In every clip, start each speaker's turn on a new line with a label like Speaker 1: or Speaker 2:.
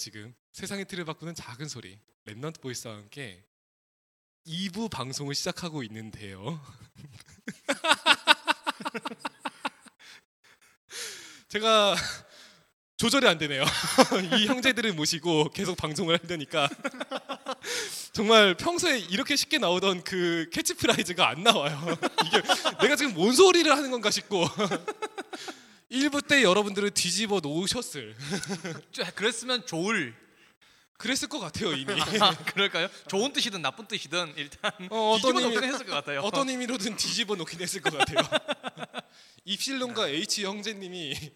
Speaker 1: 지금 세상의 틀을 바꾸는 작은 소리 랩넌트 보이스와 함께 2부 방송을 시작하고 있는데요. 제가 조절이 안 되네요. 이 형제들을 모시고 계속 방송을 하려니까 정말 평소에 이렇게 쉽게 나오던 그 캐치프라이즈가 안 나와요. 이게 내가 지금 뭔 소리를 하는 건가 싶고 1부 때 여러분들을 뒤집어 놓으셨을
Speaker 2: 자, 그랬으면 좋을
Speaker 1: 그랬을 것 같아요 이미
Speaker 2: 아, 그럴까요? 좋은 뜻이든 나쁜 뜻이든 일단
Speaker 1: 어, 어떤
Speaker 2: 뒤집어 놓긴
Speaker 1: 의미-
Speaker 2: 했을 것 같아요.
Speaker 1: 어떤 의미로든 뒤집어 놓긴 했을 것 같아요. 입실론과 H 형제님이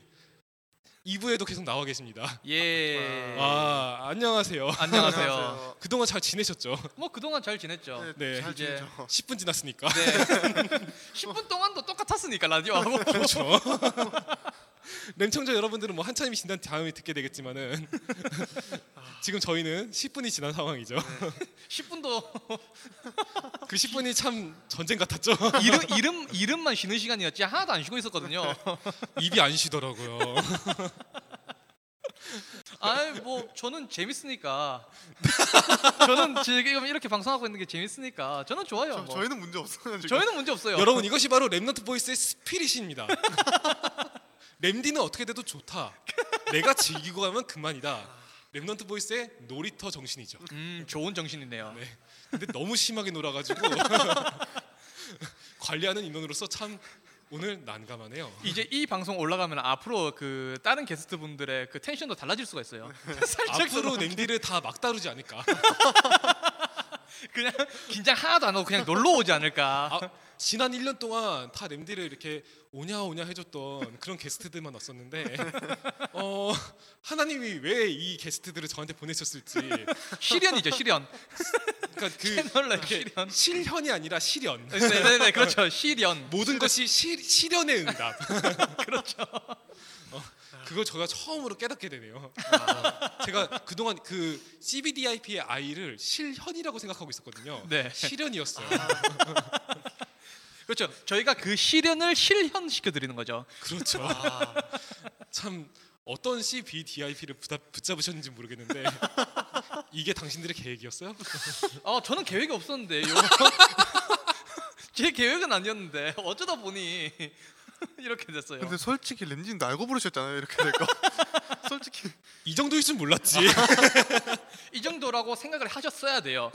Speaker 1: 2부에도 계속 나와 계십니다.
Speaker 2: 예.
Speaker 1: 네. 와 아. 안녕하세요.
Speaker 2: 안녕하세요.
Speaker 1: 그동안 잘 지내셨죠?
Speaker 2: 뭐 그동안 잘 지냈죠.
Speaker 3: 네,
Speaker 1: 네.
Speaker 3: 잘
Speaker 2: 이제-
Speaker 3: 지내죠.
Speaker 1: 10분 지났으니까.
Speaker 2: 네. 10분 동안도 똑같았으니까 라디오하고.
Speaker 1: 그렇죠. 램청자 여러분들은 뭐 한참이 지난 다음에 듣게 되겠지만은 지금 저희는 10분이 지난 상황이죠.
Speaker 2: 10분도
Speaker 1: 그 10분이 참 전쟁 같았죠.
Speaker 2: 이름 이름 이름만 쉬는 시간이었지 하나도 안 쉬고 있었거든요.
Speaker 1: 입이 안 쉬더라고요.
Speaker 2: 아이 뭐 저는 재밌으니까. 저는 지금 이렇게 방송하고 있는 게 재밌으니까 저는 좋아요.
Speaker 3: 저,
Speaker 2: 뭐.
Speaker 3: 저희는 문제 없어요 지금.
Speaker 2: 저희는 문제 없어요.
Speaker 1: 여러분 이것이 바로 랩넌트 보이스의 스피릿입니다. 램디는 어떻게 돼도 좋다. 내가 즐기고 가면 그만이다. 랩넌트 보이스의 놀이터 정신이죠.
Speaker 2: 음, 좋은 정신이네요.
Speaker 1: 네. 근데 너무 심하게 놀아가지고 관리하는 인원으로서 참 오늘 난감하네요.
Speaker 2: 이제 이 방송 올라가면 앞으로 그 다른 게스트 분들의 그 텐션도 달라질 수가 있어요. 살짝
Speaker 1: 앞으로 램디를 다 막다루지 않을까.
Speaker 2: 그냥 긴장 하나도 안 하고 그냥 놀러 오지 않을까.
Speaker 1: 아, 지난 1년 동안 다 램디를 이렇게 오냐 오냐 해줬던 그런 게스트들만 왔었는데 어, 하나님이 왜 이 게스트들을 저한테 보내셨을지 그러니까
Speaker 2: 시련이죠 시련.
Speaker 1: 그
Speaker 2: 채널 라
Speaker 1: 이렇게
Speaker 2: 시련.
Speaker 1: 실현이 아니라 실현
Speaker 2: 네네네 그렇죠 시련.
Speaker 1: 모든 것이 어, 실, 실현의 응답 그렇죠 그걸 제가 처음으로 깨닫게 되네요 제가 그동안 그 CBDIP의 I를 실현이라고 생각하고 있었거든요
Speaker 2: 네.
Speaker 1: 실현이었어요
Speaker 2: 그렇죠. 저희가 그 시련을 실현시켜 드리는 거죠.
Speaker 1: 그렇죠. 참 어떤 CBDIP를 붙잡으셨는지 모르겠는데 이게 당신들의 계획이었어요?
Speaker 2: 아 저는 계획이 없었는데 요. 제 계획은 아니었는데 어쩌다 보니 이렇게 됐어요.
Speaker 3: 근데 솔직히 램진도 알고 부르셨잖아요 이렇게 될 거. 솔직히
Speaker 1: 이 정도일 줄 몰랐지.
Speaker 2: 이 정도라고 생각을 하셨어야 돼요.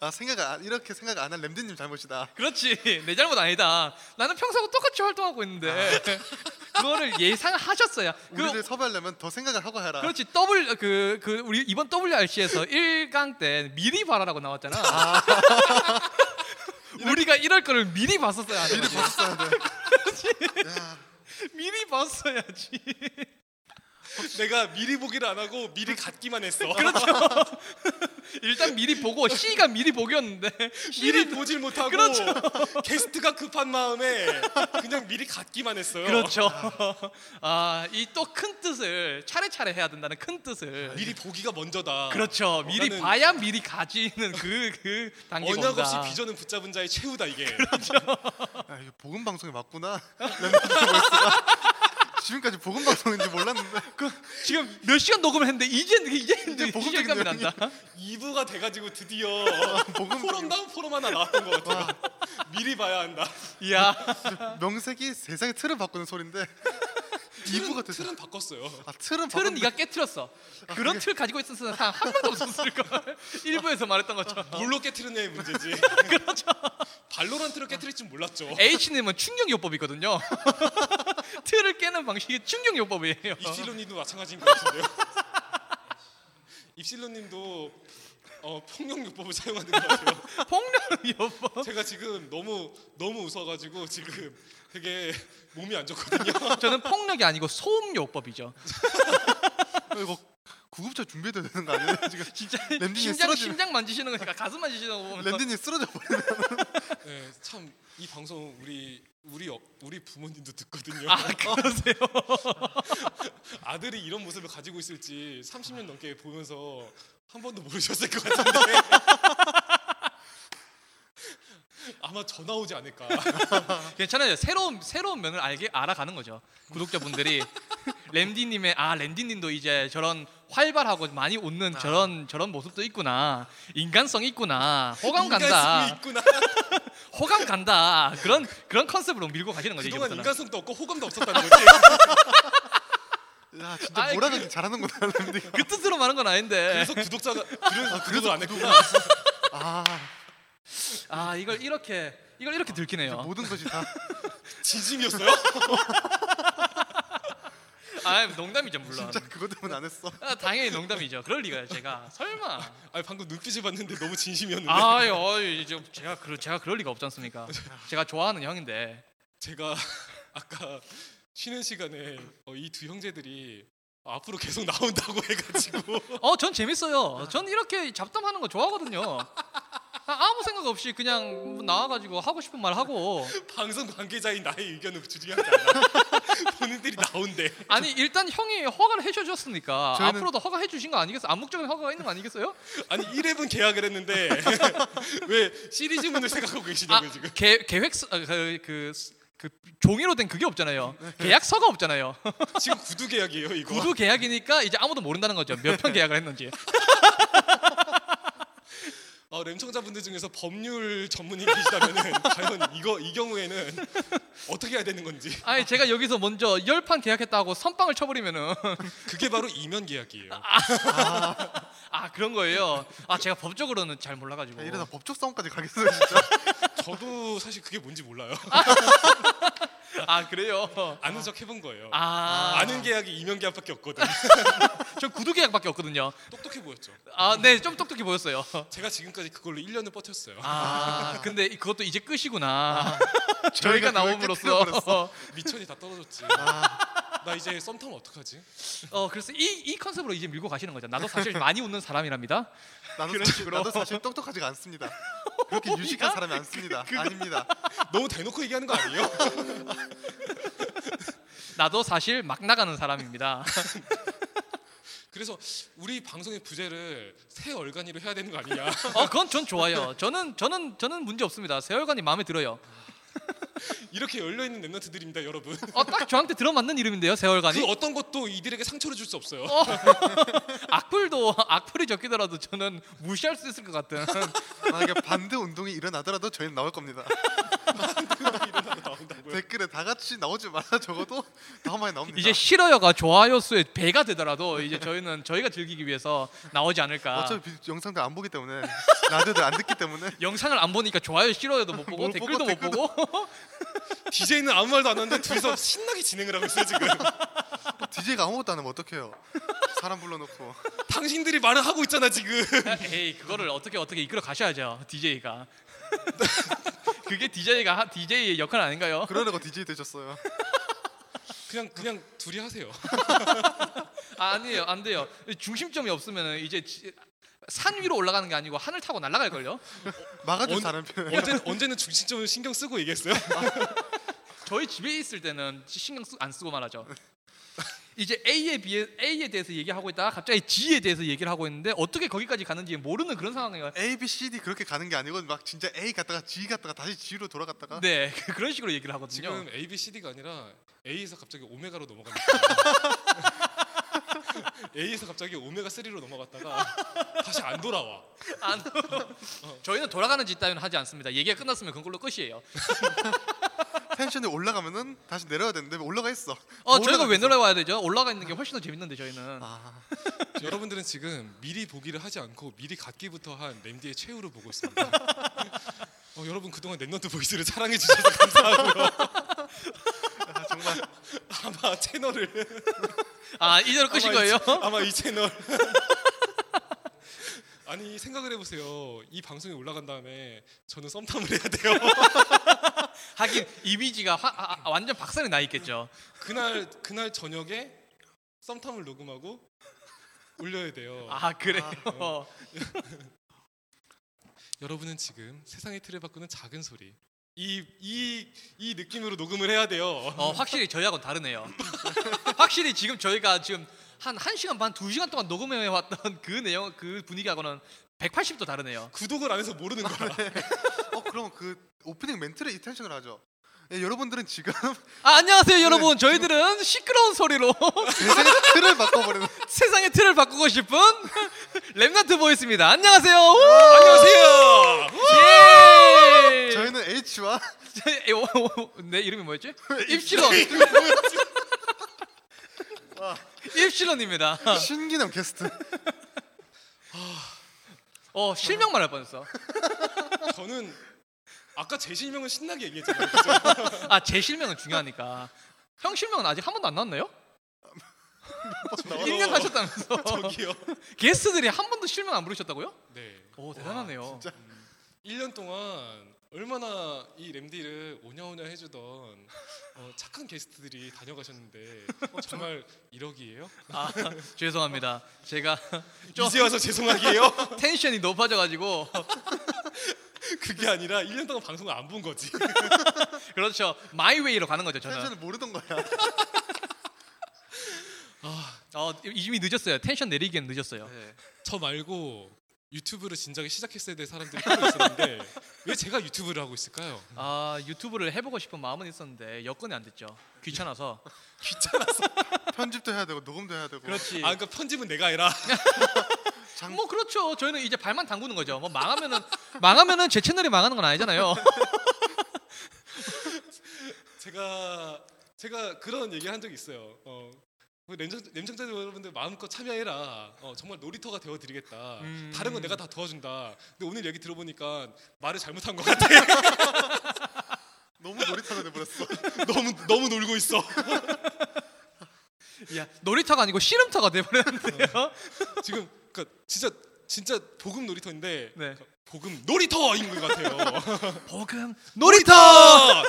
Speaker 3: 아 생각 안 이렇게 생각 안 한 램진님 잘못이다.
Speaker 2: 그렇지 내 잘못 아니다. 나는 평소하고 똑같이 활동하고 있는데 그거를 예상하셨어야. 그
Speaker 3: 아. 우리를 섭외하려면 더 생각을 하고 해라.
Speaker 2: 그렇지 W 그그 우리 이번 WRC에서 1강 때 미리 봐라라고 나왔잖아. 우리가 이럴 거를 미리 봤었어야 하는
Speaker 3: 미리
Speaker 2: 거지.
Speaker 3: 봤어야 돼. 야,
Speaker 2: 미리 봤어야지.
Speaker 1: 내가 미리 보기를 안 하고 미리 갖기만 했어.
Speaker 2: 일단 미리 보고 C가 미리 그렇죠. 보기였는데
Speaker 1: 미리
Speaker 2: C를
Speaker 1: 보질 못하고 게스트가 급한 마음에 그냥 미리 갖기만 했어요.
Speaker 2: 그렇죠. 아 이 또 큰 뜻을 차례차례 해야 된다는 큰 뜻을
Speaker 1: 미리 보기가 먼저다.
Speaker 2: 그렇죠. 미리
Speaker 1: 나는-
Speaker 2: 봐야 미리 가지는 그 그 단계가 그렇죠.
Speaker 1: 언약 없이
Speaker 2: 온다.
Speaker 1: 비전은 붙잡은 자의 최후다 이게.
Speaker 3: 아, 이거 복음 방송이 맞구나. 램진님 보였구나. 지금까지 복음 방송인지 몰랐는데.
Speaker 2: 지금 몇 시간 녹음을 했는데 이제 이제 이제
Speaker 3: 복음적인
Speaker 2: 복음감이
Speaker 3: 내용이-
Speaker 2: 난다.
Speaker 1: 2부가 돼가지고 드디어
Speaker 3: 복음
Speaker 1: 포럼 다운 포럼 하나 나왔던 것 같아요. 미리 봐야 한다.
Speaker 2: 이야.
Speaker 3: 명색이 세상의 틀을 바꾸는 소린데 이부가 됐어.
Speaker 1: 틀은 바꿨어요.
Speaker 3: 아 틀은
Speaker 2: 틀은
Speaker 3: 바꾸는
Speaker 2: 네가 깨트렸어. 그런 틀 가지고 있었으면 사람 한 명도 없었을 걸. 일부에서 말했던 것처럼.
Speaker 1: 뭘로 깨트렸냐의 문제지.
Speaker 2: 그렇죠.
Speaker 1: 발로란트로 깨트릴 줄 몰랐죠.
Speaker 2: H님은 충격요법이거든요. 틀을 깨는 방식이 충격요법이에요.
Speaker 1: 입실론님도 마찬가지인 것 같은데요. 입실론님도 어, 폭력요법을 사용하는 것 같아요.
Speaker 2: 폭력요법.
Speaker 1: 제가 지금 너무 너무 웃어가지고 지금 되게 몸이 안 좋거든요.
Speaker 2: 저는 폭력이 아니고 소음요법이죠.
Speaker 3: 이거 구급차 준비해도 되는 거 아니에요 지금?
Speaker 2: 진짜
Speaker 3: 랜딩에
Speaker 2: 심장
Speaker 3: 쓰러지는-
Speaker 2: 심장 만지시는 거니까 가슴 만지시는 거 보면
Speaker 3: 랜디님 쓰러져 버리네.
Speaker 1: 네, 참 이 방송 우리 우리 어- 우리 부모님도 듣거든요.
Speaker 2: 아 그러세요.
Speaker 1: 아들이 이런 모습을 가지고 있을지 30년 넘게 보면서 한 번도 모르셨을 것 같은데 아마 전화 오지 않을까
Speaker 2: 괜찮아요. 새로운 새로운 면을 알게 알아가는 거죠. 구독자분들이 램디님의 아 램디님도 이제 저런 활발하고 많이
Speaker 1: 아.
Speaker 2: 웃는 저런 저런 모습도 있구나 인간성 있구나 호감
Speaker 1: 인간성이
Speaker 2: 간다
Speaker 1: 있구나.
Speaker 2: 호감 간다 그런 그런 컨셉으로 밀고 가시는 거죠
Speaker 1: 그동안
Speaker 2: 이제부터는
Speaker 1: 인간성도 없고 호감도 없었다는 거지.
Speaker 3: 야 진짜
Speaker 2: 아이,
Speaker 3: 몰아가기 잘하는구나 람디.
Speaker 2: 그 뜻으로 말한 건 아닌데
Speaker 1: 그래서 구독자가 그래서 구독을 안 했구나.
Speaker 3: 아
Speaker 2: 아 이걸 이렇게 이걸 이렇게 들키네요
Speaker 3: 모든 것이 다
Speaker 1: 진심이었어요? 뭐-
Speaker 2: 아 농담이죠 물론
Speaker 3: 진짜 그것 때문에 안 했어.
Speaker 2: 아, 당연히 농담이죠 그럴 리가요 제가 설마
Speaker 1: 아니 방금 눈빛을 봤는데 너무 진심이었는데
Speaker 2: 아유 어이, 저- 제가 그 제가 그럴 리가 없지 않습니까 제가 좋아하는 형인데
Speaker 1: 제가 아까 쉬는 시간에 어, 이 두 형제들이 앞으로 계속 나온다고 해가지고
Speaker 2: 어 전 재밌어요 전 이렇게 잡담하는 거 좋아하거든요 아, 아무 생각 없이 그냥 뭐 나와가지고 하고 싶은 말 하고
Speaker 1: 방송 관계자인 나의 의견을 주장하지 않아. 본인들이 나온대.
Speaker 2: 아니 일단 형이 허가를 해주셨으니까
Speaker 3: 저희는-
Speaker 2: 앞으로도 허가해 주신 거 아니겠어요? 암묵적인 허가가 있는 거 아니겠어요?
Speaker 1: 아니 1회분 계약을 했는데 왜 시리즈문을 생각하고 계시냐고
Speaker 2: 아,
Speaker 1: 요 지금.
Speaker 2: 계, 계획서 아, 그, 그, 그 종이로 된 그게 없잖아요
Speaker 3: 네.
Speaker 2: 계약서가 없잖아요
Speaker 1: 지금 구두 계약이에요 이거.
Speaker 2: 구두 계약이니까 이제 아무도 모른다는 거죠 몇 편 계약을 했는지
Speaker 1: 어, 램청자분들 중에서 법률 전문인 계시다면은 과연 이거 이 경우에는 어떻게 해야 되는 건지
Speaker 2: 아니 제가 여기서 먼저 열 판 계약했다고 선빵을 쳐버리면은
Speaker 1: 그게 바로 이면 계약이에요.
Speaker 2: 아 그런 거예요. 아 제가 법적으로는 잘 몰라가지고.
Speaker 3: 야, 아, 이러다 법적 싸움까지 가겠어 진짜.
Speaker 1: 저도 사실 그게 뭔지 몰라요.
Speaker 2: 아 그래요.
Speaker 1: 아는 척 해본 거예요.
Speaker 2: 아
Speaker 1: 아는 계약이 이면 계약밖에 없거든.
Speaker 2: 저 구두 계약밖에 없거든요.
Speaker 1: 똑똑해 보였죠.
Speaker 2: 아 네 좀 똑똑해 보였어요.
Speaker 1: 제가 지금까지 그걸로 1년을 버텼어요.
Speaker 2: 아 근데 이- 그것도 이제 끝이구나.
Speaker 3: 아, 저희가
Speaker 2: 저희가
Speaker 3: 그걸
Speaker 2: 나옴으로써.
Speaker 3: 깨뜨려버렸어.
Speaker 1: 미천이 다 떨어졌지.
Speaker 3: 아,
Speaker 1: 나 이제 썸 타면 어떡하지?
Speaker 2: 어 그래서 이 이 컨셉으로 이제 밀고 가시는 거죠. 나도 사실 많이 웃는 사람이랍니다.
Speaker 3: 나도
Speaker 2: 그런
Speaker 3: 사실,
Speaker 2: 식으로.
Speaker 3: 나도 사실 똑똑하지가 않습니다. 그렇게 유식한 사람이
Speaker 2: 그러니까?
Speaker 3: 않습니다. 아닙니다.
Speaker 1: 너무 대놓고 얘기하는 거 아니에요?
Speaker 2: 나도 사실 막 나가는 사람입니다.
Speaker 1: 그래서 우리 방송의 부제를 새 얼간이로 해야 되는 거 아니냐?
Speaker 2: 어 그건 전 좋아요. 저는 저는 저는 문제 없습니다. 세월간이 마음에 들어요.
Speaker 1: 이렇게 열려 있는 랩너트들입니다, 여러분.
Speaker 2: 어딱 저한테 들어맞는 이름인데요.
Speaker 1: 그
Speaker 2: 세월간이.
Speaker 1: 어떤 것도 이들에게 상처를 줄 수 없어요.
Speaker 2: 악플도 악플이 적히더라도 저는 무시할 수 있을 것 같은.
Speaker 3: 만약에 반대 운동이 일어나더라도 저희는 나올 겁니다.
Speaker 1: 이러다가 나온다고요.
Speaker 3: 댓글에 다 같이 나오지 말라 적어도 다음에 나옵니다.
Speaker 2: 이제 싫어요가 좋아요 수의 배가 되더라도 이제 저희는 저희가 즐기기 위해서 나오지 않을까.
Speaker 3: 어차피 비- 영상도 안 보기 때문에 라디오도 안 듣기 때문에
Speaker 2: 영상을 안 보니까 좋아요 싫어요도 못 보고
Speaker 3: 못
Speaker 2: 댓글도
Speaker 3: 보고,
Speaker 2: 못 보고
Speaker 1: DJ는 아무 말도 안 하는데 둘이서 신나게 진행을 하고 있어요, 지금.
Speaker 3: DJ가 아무것도 안 하면 어떡해요? 사람 불러놓고
Speaker 1: 당신들이 말을 하고 있잖아, 지금.
Speaker 2: 에이 그거를 어떻게 어떻게 이끌어 가셔야죠 DJ가 그게 DJ가 DJ의 역할 아닌가요?
Speaker 3: 그러려고 DJ 되셨어요.
Speaker 1: 그냥 그냥 둘이 하세요.
Speaker 2: 아, 니에요안 돼요 중심점이 없으면 이제 지- 산 위로 올라가는 게 아니고 하늘 타고 날아갈 걸요.
Speaker 3: 막아줄
Speaker 1: 언-
Speaker 3: 사람 필요해요.
Speaker 1: 언제 언제는 중심점을 신경 쓰고 얘기했어요.
Speaker 2: 저희 집에 있을 때는 신경 쓰, 안 쓰고 말하죠. 이제 A에 비해 A에 대해서 얘기하고 있다가 갑자기 G에 대해서 얘기를 하고 있는데 어떻게 거기까지 가는지 모르는 그런 상황이에요.
Speaker 3: A, B, C, D 그렇게 가는 게 아니고 막 진짜 A 갔다가 G 갔다가 다시 G로 돌아갔다가
Speaker 2: 네 그런 식으로 얘기를 하거든요.
Speaker 1: 지금 A, B, C, D가 아니라 A에서 갑자기 오메가로 넘어갑니다. A에서 갑자기 오메가 3로 넘어갔다가 다시 안 돌아와.
Speaker 2: 안, 저희는 돌아가는 짓 따위는 하지 않습니다. 얘기가 끝났으면 그걸로 끝이에요.
Speaker 3: 텐션이 올라가면은 다시 내려야 되는데 올라가 있어.
Speaker 2: 어 저희가
Speaker 3: 올라가
Speaker 2: 왜
Speaker 3: 있어.
Speaker 2: 놀러와야 되죠? 올라가 있는 게 훨씬 더 재밌는데 저희는
Speaker 3: 아,
Speaker 1: 여러분들은 지금 미리 보기를 하지 않고 미리 갖기부터 한 램디의 최후를 보고 있습니다. 어, 여러분 그동안 넷넌트 보이스를 사랑해 주셔서 감사하고요.
Speaker 3: 아, 정말
Speaker 1: 아마 채널을
Speaker 2: 아 이대로 끝인
Speaker 1: 아마 이
Speaker 2: 거예요?
Speaker 1: 채- 아마 이 채널. 아니 생각을 해보세요. 이 방송이 올라간 다음에 저는 썸탐을 해야 돼요.
Speaker 2: 하긴 이미지가 화- 아, 아, 완전 박살이 나 있겠죠.
Speaker 1: 그날 그날 저녁에 썸탐을 녹음하고 올려야 돼요.
Speaker 2: 아 그래요.
Speaker 1: 여러분은 지금 세상의 틀을 바꾸는 작은 소리 이 이 이 느낌으로 녹음을 해야 돼요.
Speaker 2: 어 확실히 저희하고 는 다르네요. 확실히 지금 저희가 지금 한 1시간 반, 2시간 동안 녹음해 왔던 그 내용 그 분위기하고는 180도 다르네요.
Speaker 1: 구독을 안 해서 모르는 거야.
Speaker 3: 어 그럼 그 오프닝 멘트를 이 텐션을 하죠. 예, 여러분들은 지금
Speaker 2: 아, 안녕하세요 여러분. 저희들은 시끄러운 소리로
Speaker 3: 세상의 틀을 바꿔버리는
Speaker 2: 세상의 틀을 바꾸고 싶은 랩나트 보이스입니다. 안녕하세요. 우!
Speaker 1: 안녕하세요.
Speaker 2: 예!
Speaker 3: 저희는 H와
Speaker 2: 에, 오, 오, 내 이름이 뭐였지? 입실원. 입실원입니다.
Speaker 3: 신기남 게스트
Speaker 2: 어 실명 말할 뻔했어.
Speaker 1: 저는 아까 제 실명은 신나게 얘기했잖아요. 그죠?
Speaker 2: 아 제 실명은 중요하니까. 형 실명은 아직 한 번도 안 나왔나요?
Speaker 1: 나와요.
Speaker 2: 1년 하셨다면서.
Speaker 1: 저기요.
Speaker 2: 게스트들이 한 번도 실명 안 부르셨다고요?
Speaker 1: 네.
Speaker 2: 오 대단하네요.
Speaker 1: 1년 동안 얼마나 이 램디를 오냐오냐 해주던 어, 착한 게스트들이 다녀가셨는데 어, 정말 1억이에요?
Speaker 2: 아 죄송합니다. 제가 좀
Speaker 1: 이제 와서 죄송하기에요?
Speaker 2: 텐션이 높아져가지고
Speaker 1: 그게 아니라 1년 동안 방송을 안 본 거지.
Speaker 2: 그렇죠. 마이웨이로 가는 거죠 저는.
Speaker 3: 텐션을 모르던 거야
Speaker 2: 어 이미 늦었어요. 텐션 내리기엔 늦었어요.
Speaker 1: 저 말고 유튜브를 진작에 시작했어야 될 사람들이 필요 있었는데 왜 제가 유튜브를 하고 있을까요?
Speaker 2: 아 유튜브를 해보고 싶은 마음은 있었는데 여건이 안 됐죠. 귀찮아서.
Speaker 1: 귀찮아서.
Speaker 3: 편집도 해야 되고 녹음도 해야 되고
Speaker 2: 그렇지.
Speaker 1: 아 그러니까 편집은 내가 해라.
Speaker 3: 장-
Speaker 2: 뭐 그렇죠. 저희는 이제 발만 담그는 거죠. 뭐 망하면은 망하면은 제 채널이 망하는 건 아니잖아요.
Speaker 1: 제가 제가 그런 얘기를 한 적이 있어요. 어, 그 램장, 램장자 여러분들 마음껏 참여해라. 어, 정말 놀이터가 되어드리겠다.
Speaker 2: 음.
Speaker 1: 다른 건 내가 다 도와준다. 근데 오늘 얘기 들어보니까 말을 잘못한 것 같아.
Speaker 3: 너무 놀이터가 돼버렸어
Speaker 1: 너무 너무 놀고 있어.
Speaker 2: 야 어. 놀이터가 아니고 씨름터가 돼버렸는데요.
Speaker 1: 지금 그러니까 진짜 진짜 복음 놀이터인데
Speaker 2: 네.
Speaker 1: 복음 놀이터인 것 같아요.
Speaker 2: 보금 놀이터.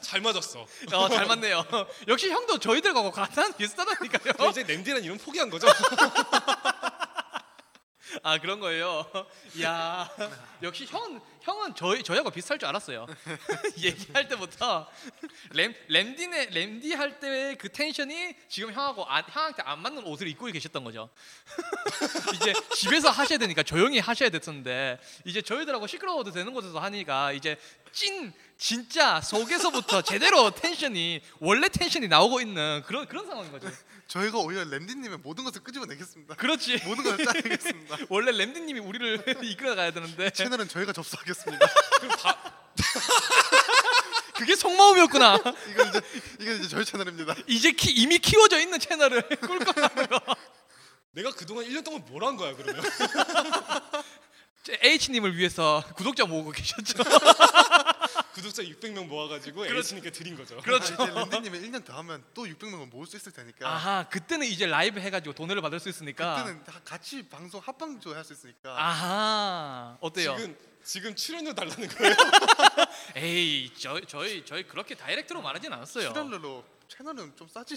Speaker 1: 잘 맞았어.
Speaker 2: 어, 잘 맞네요. 역시 형도 저희들과 같은 비슷하다니까요.
Speaker 1: 이제 냄디란 이름 포기한 거죠?
Speaker 2: 아 그런 거예요. 야 역시 형 형은 저희 저희하고 비슷할 줄 알았어요. 얘기할 때부터 램 램디네 램디 할 때 그 텐션이 지금 형하고 안, 형한테 안 맞는 옷을 입고 계셨던 거죠. 이제 집에서 하셔야 되니까 조용히 하셔야 됐었는데 이제 저희들하고 시끄러워도 되는 곳에서 하니까 이제 찐 진짜 속에서부터 제대로 텐션이 원래 텐션이 나오고 있는 그런 그런 상황인 거죠.
Speaker 3: 저희가 오히려 랜디님의 모든 것을 끄집어내겠습니다
Speaker 2: 그렇지.
Speaker 3: 모든 것을 짜내겠습니다
Speaker 2: 원래 램디님이 우리를 이끌어가야 되는데
Speaker 3: 채널은 저희가 접수하겠습니다
Speaker 2: 그게 속마음이었구나.
Speaker 3: 이건 이제 이건 이제 저희 채널입니다
Speaker 2: 이제 키, 이미 키워져 있는 채널을 꿀꺽하고요.
Speaker 1: 내가 그동안 1년 동안 뭘 한 거야 그러면?
Speaker 2: H님을 위해서 구독자 모으고 계셨죠.
Speaker 1: 구독자 600명 모아가지고 H님께 드린 거죠.
Speaker 2: 그렇죠.
Speaker 3: 아, 이제 랜디님의 1년 더 하면 또 600명을 모을 수 있을 테니까
Speaker 2: 아하, 그때는 이제 라이브 해가지고 돈을 받을 수 있으니까. 아,
Speaker 3: 그때는 다 같이 방송 합방조 할수 있으니까
Speaker 2: 아하, 어때요?
Speaker 1: 지금 지금 출연료 달라는 거예요?
Speaker 2: 에이, 저, 저희 저희 그렇게 다이렉트로 말하진 않았어요.
Speaker 3: 출연료로 채널은 좀 싸지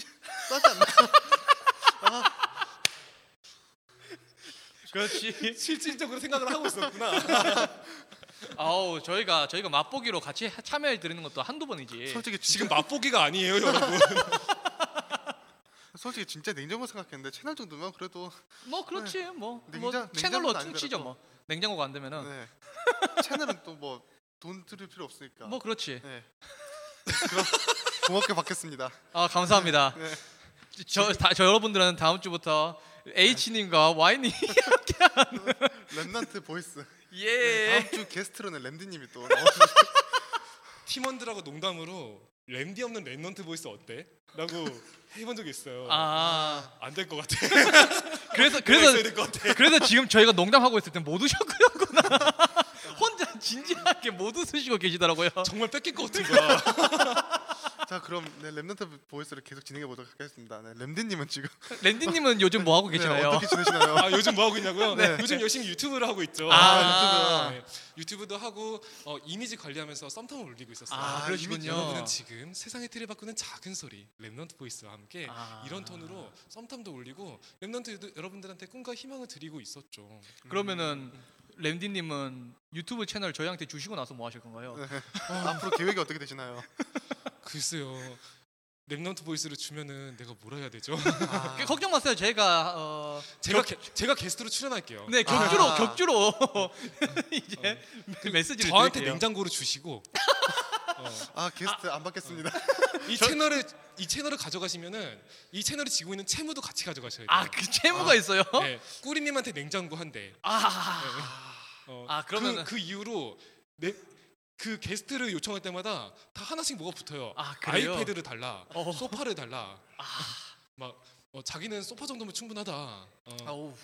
Speaker 3: 싸지 않나
Speaker 2: 그렇지.
Speaker 1: 실질적으로 생각을 하고 있었구나.
Speaker 2: 아우, 저희가 저희가 맛보기로 같이 참여해 드리는 것도 한두 번이지.
Speaker 1: 지금
Speaker 3: 솔직히 예. 지금
Speaker 1: 맛보기가 아니에요, 여러분.
Speaker 3: 솔직히 진짜 냉정으로 생각했는데 채널 정도면 그래도
Speaker 2: 뭐 그렇지, 뭐, 뭐
Speaker 3: 네. 냉장-
Speaker 2: 채널로
Speaker 3: 냉장고는 안
Speaker 2: 퉁치죠,
Speaker 3: 그래도.
Speaker 2: 뭐. 냉장고가 안 되면은
Speaker 3: 네. 채널은 또 뭐 돈 드릴 필요 없으니까
Speaker 2: 뭐 그렇지.
Speaker 3: 네. 그럼 고맙게 받겠습니다
Speaker 2: 아 감사합니다.
Speaker 3: 네.
Speaker 2: 저, 다, 저 여러분들은 다음 주부터 H님과 Y님
Speaker 3: 랩난트 보이스
Speaker 2: 예.
Speaker 3: 네, 다음 주 게스트로는 랜디님이 또 나와주실
Speaker 1: 팀원들하고 농담으로 램디 없는 랜넌트 보이스 어때? 라고 해본 적이 있어요.
Speaker 2: 아
Speaker 1: 안 될 것 같아. 그래서
Speaker 2: 그래서 그래서
Speaker 1: 될것 같아.
Speaker 2: 그래서 지금 저희가 농담하고 있을 땐 못 오셨고요, 구나. 혼자 진지하게 못 웃으시고 계시더라고요.
Speaker 1: 정말 뺏길 것 같은 거야.
Speaker 3: 자 그럼 네, 랩난트 보이스를 계속 진행해 보도록 하겠습니다 네, 랜디님은 지금
Speaker 2: 랜디님은 요즘 뭐 하고
Speaker 3: 네,
Speaker 2: 계시나요?
Speaker 3: 어떻게 지내시나요?
Speaker 1: 아, 요즘 뭐 하고 있냐고요?
Speaker 3: 네.
Speaker 1: 요즘 열심히 유튜브를 하고 있죠.
Speaker 2: 아.
Speaker 1: 네. 유튜브도 하고 어, 이미지 관리하면서 썸텀을 올리고 있었어요.
Speaker 2: 아,
Speaker 3: 이미
Speaker 2: 그러시군요.
Speaker 1: 여러분은 지금 세상의 틀을 바꾸는 작은 소리 랩넌트 보이스와 함께
Speaker 2: 아.
Speaker 1: 이런 톤으로 썸탐도 올리고 랩넌트 여러분들한테 꿈과 희망을 드리고 있었죠.
Speaker 2: 그러면은 랜디님은 유튜브 채널 저희한테 주시고 나서 뭐 하실 건가요?
Speaker 1: 네.
Speaker 3: 어, 앞으로 계획이 어떻게 되시나요?
Speaker 1: 글쎄요. 랩넌트 보이스를 주면은 내가 뭘 해야 되죠?
Speaker 3: 아,
Speaker 2: 그 걱정 마세요. 제가 어,
Speaker 1: 제가 게, 제가 게스트로 출연할게요.
Speaker 2: 네 격주로
Speaker 3: 아.
Speaker 2: 격주로 이제 메시지를
Speaker 1: 어. 저한테
Speaker 2: 드릴게요.
Speaker 1: 냉장고를 주시고
Speaker 3: 아 게스트 안 받겠습니다.
Speaker 1: 이 채널을 이 채널을 가져가시면은 이 채널이 지고 있는 채무도 같이 가져가셔야 돼요.
Speaker 2: 아그 채무가 있어요?
Speaker 1: 네, 꾸리님한테 냉장고 한 대.
Speaker 2: 아,
Speaker 1: 어,
Speaker 2: 아, 그러면은-
Speaker 1: 그, 그 이후로 내, 그 게스트를 요청할 때마다 다 하나씩 뭐가 붙어요.
Speaker 2: 아,
Speaker 1: 이
Speaker 2: 그래요?
Speaker 1: 패드를 달라,
Speaker 2: 어. 아.
Speaker 1: 소파를 달라. 막 어, 자기는 소파 정도면 충분하다. 어,
Speaker 2: 아우.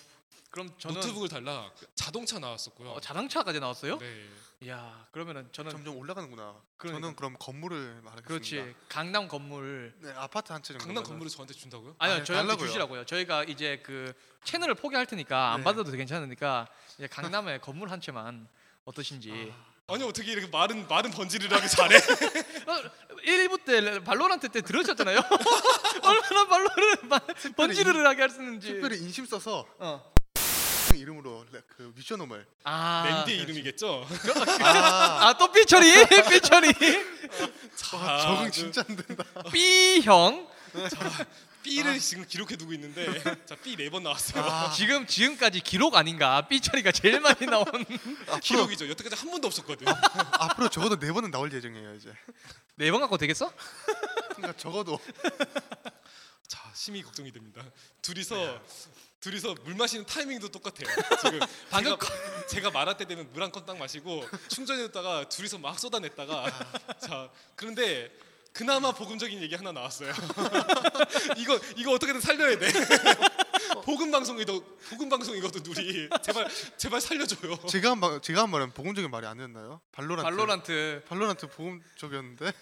Speaker 2: 그럼 저는
Speaker 1: 노트북을 달라. 자동차 나왔었고요.
Speaker 2: 어, 자동차까지 나왔어요?
Speaker 1: 네.
Speaker 2: 이야 그러면은 저는
Speaker 3: 점점 올라가는구나.
Speaker 2: 그러니까.
Speaker 3: 저는 그럼 건물을 말하겠습니다.
Speaker 2: 그렇지 강남 건물
Speaker 3: 네 아파트 한 채 정도.
Speaker 1: 강남 건물을 저한테 준다고요?
Speaker 2: 아니요
Speaker 3: 아니,
Speaker 2: 저희한테
Speaker 3: 달라고요.
Speaker 2: 주시라고요. 저희가 이제 그 채널을 포기할 테니까 안
Speaker 3: 네.
Speaker 2: 받아도 괜찮으니까 이제 강남에 건물 한 채만 어떠신지.
Speaker 1: 아니 어떻게 이렇게 말은 말은 번지를 하게 잘해?
Speaker 2: 어, 1부 때 발로란트 때 들으셨잖아요. 얼마나 발로를 번지르르 하게 했었는지.
Speaker 3: 특별히 인심 써서
Speaker 2: 어.
Speaker 3: 이름으로 레- 그 미션홈을.
Speaker 2: 아.
Speaker 1: 랜디 이름이겠죠?
Speaker 3: 아,
Speaker 2: 아또 삐처리 삐처리 아,
Speaker 1: 자,
Speaker 3: 적응
Speaker 1: 그
Speaker 3: 진짜 안 된다.
Speaker 2: B형
Speaker 1: B를
Speaker 2: 아.
Speaker 1: 지금 기록해 두고 있는데 자 B 네 번 나왔어요.
Speaker 3: 아.
Speaker 2: 지금 지금까지 기록 아닌가 B처리가 제일 많이 나온
Speaker 1: 기록이죠. 여태까지 한 번도 없었거든.
Speaker 3: 앞으로 적어도 네 번은 나올 예정이에요 이제.
Speaker 2: 네 번 갖고 되겠어?
Speaker 3: 그러니까 적어도
Speaker 1: 자 심히 걱정이 됩니다. 둘이서 둘이서 물 마시는 타이밍도 똑같아요. 지금
Speaker 2: 방금
Speaker 1: 제가, 제가 말할 때 되면 물 한 컵 딱 마시고 충전해뒀다가 둘이서 막 쏟아냈다가 자 그런데 그나마 복음적인 얘기 하나 나왔어요. 이거 이거 어떻게든 살려야 돼. 복음 방송이도 복음 방송이거든 둘이 제발 제발 살려줘요.
Speaker 3: 제가 한 말, 제가 한 말은 복음적인 말이 아니었나요? 발로란트.
Speaker 2: 발로란트
Speaker 3: 발로란트 복음적이었는데.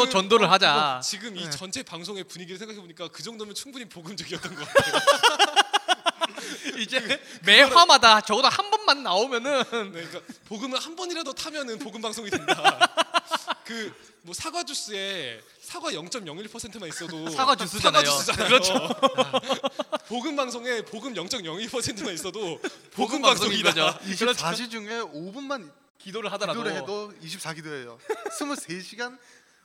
Speaker 1: 지금- 어,
Speaker 2: 전도를 하자.
Speaker 1: 지금 이
Speaker 3: 네.
Speaker 1: 전체 방송의 분위기를 생각해 보니까 그 정도면 충분히 복음적이었던 것 같아요.
Speaker 2: 이제 매 화마다 적어도 한 번만 나오면은
Speaker 1: 네, 그러니까 복음을 한 번이라도 타면은 복음 방송이 된다. 그 뭐 사과 주스에 사과 0.01%만 있어도
Speaker 2: 사과 주스잖아요.
Speaker 1: 사과 주스잖아요. 그렇죠. 복음 방송에 복음 0.01%만 있어도 복음 방송이다.
Speaker 2: 거죠. 그렇죠.
Speaker 3: 24시 중에 5분만
Speaker 2: 기도를 하더라도
Speaker 3: 기도를 해도 24기도예요. 23시간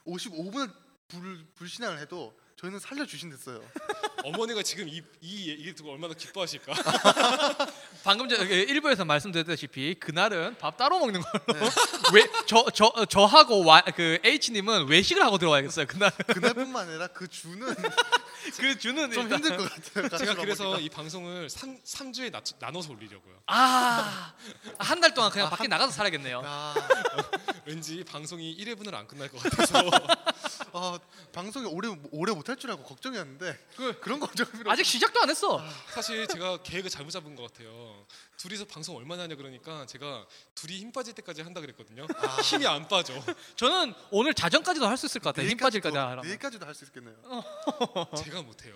Speaker 3: 55분을 불, 불신앙을 해도 저희는 살려 주신댔어요.
Speaker 1: 어머니가 지금 이, 이 얘기 듣고 얼마나 기뻐하실까.
Speaker 2: 방금 전 일부에서 말씀드렸다시피 그날은 밥 따로 먹는 걸로 왜저 저 저하고 와, 그 H 님은 외식을 하고 들어와야겠어요. 그날
Speaker 3: 그날뿐만 아니라 그 주는
Speaker 2: 그 주는
Speaker 3: 좀
Speaker 2: 일단-
Speaker 3: 힘들 것
Speaker 1: 제가
Speaker 3: 같아요. 가시러
Speaker 1: 그래서
Speaker 3: 가보니까.
Speaker 1: 이 방송을 3, 삼주에 낮, 나눠서 올리려고요.
Speaker 2: 아, 한 달 동안 그냥 밖에 나가서 살아야겠네요.
Speaker 3: 아,
Speaker 1: 왠지 방송이 1회분을 안 끝날 것 같아서
Speaker 3: 아, 방송에 오래 오래 못할 줄 알고 걱정이었는데
Speaker 2: 그-
Speaker 3: 그, 런 걱정 필요
Speaker 2: 아직 시작도 안 했어.
Speaker 1: 사실 제가 계획을 잘못 잡은 것 같아요. 둘이서 방송 얼마나 하냐 그러니까 제가 둘이 힘 빠질 때까지 한다 그랬거든요.
Speaker 2: 아.
Speaker 1: 힘이 안 빠져.
Speaker 2: 저는 오늘 자정까지도 할 수 있을 것 같아요. 힘 빠질까지 하라.
Speaker 3: 내일까지도 할 수 있겠네요.
Speaker 1: 제가 못해요.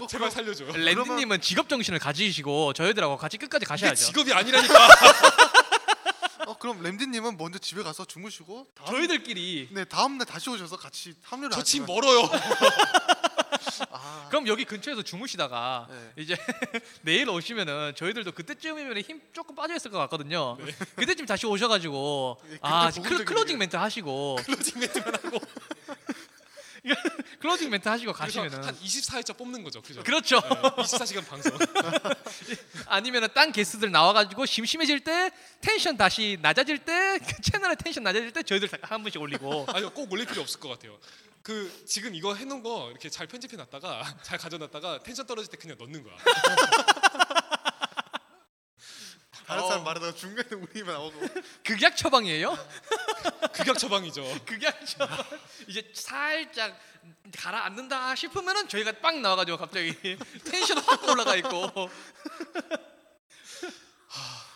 Speaker 2: 어,
Speaker 1: 제발 살려줘요.
Speaker 2: 랜디님은 직업 정신을 가지시고 저희들하고 같이 끝까지
Speaker 1: 이게
Speaker 2: 가셔야죠.
Speaker 1: 직업이 아니라니까.
Speaker 3: 어, 그럼 램디님은 먼저 집에 가서 주무시고 다음,
Speaker 2: 저희들끼리.
Speaker 3: 네 다음 날 다시 오셔서 같이 합류를
Speaker 1: 저 집
Speaker 2: 뭐?
Speaker 3: 하시면-
Speaker 1: 멀어요.
Speaker 3: 아,
Speaker 2: 그럼 여기 근처에서 주무시다가
Speaker 3: 네.
Speaker 2: 이제 내일 오시면은 저희들도 그때쯤이면 힘 조금 빠져 있을 것 같거든요.
Speaker 1: 네.
Speaker 2: 그때쯤 다시 오셔가지고
Speaker 1: 예,
Speaker 3: 네, 그때
Speaker 2: 아
Speaker 3: 보고
Speaker 2: 클,
Speaker 3: 저기
Speaker 2: 클로징
Speaker 3: 얘기해요.
Speaker 2: 멘트 하시고
Speaker 1: 클로징 멘트만 하고
Speaker 2: 클로징 멘트 하시고
Speaker 1: 그래서
Speaker 2: 가시면은
Speaker 1: 한 24회차 뽑는 거죠. 그죠?
Speaker 2: 그렇죠.
Speaker 1: 네, 24시간 방송.
Speaker 2: 아니면은 딴 게스트들 나와가지고 심심해질 때 텐션 다시 낮아질 때그 채널의 텐션 낮아질 때 저희들 다 한 번씩 올리고
Speaker 1: 아니요 꼭 올릴 필요 없을 것 같아요. 그 지금 이거 해놓은 거 이렇게 잘 편집해 놨다가 잘 가져놨다가 텐션 떨어질 때 그냥 넣는 거야.
Speaker 3: 다른
Speaker 2: 어.
Speaker 3: 사람 말하다가 중간에 우리만 나오고
Speaker 2: 극약 처방이에요.
Speaker 1: 극약 처방이죠.
Speaker 2: 극약 처방 이제 살짝 가라앉는다 싶으면은 저희가 빵 나와가지고 갑자기 텐션 확 올라가 있고.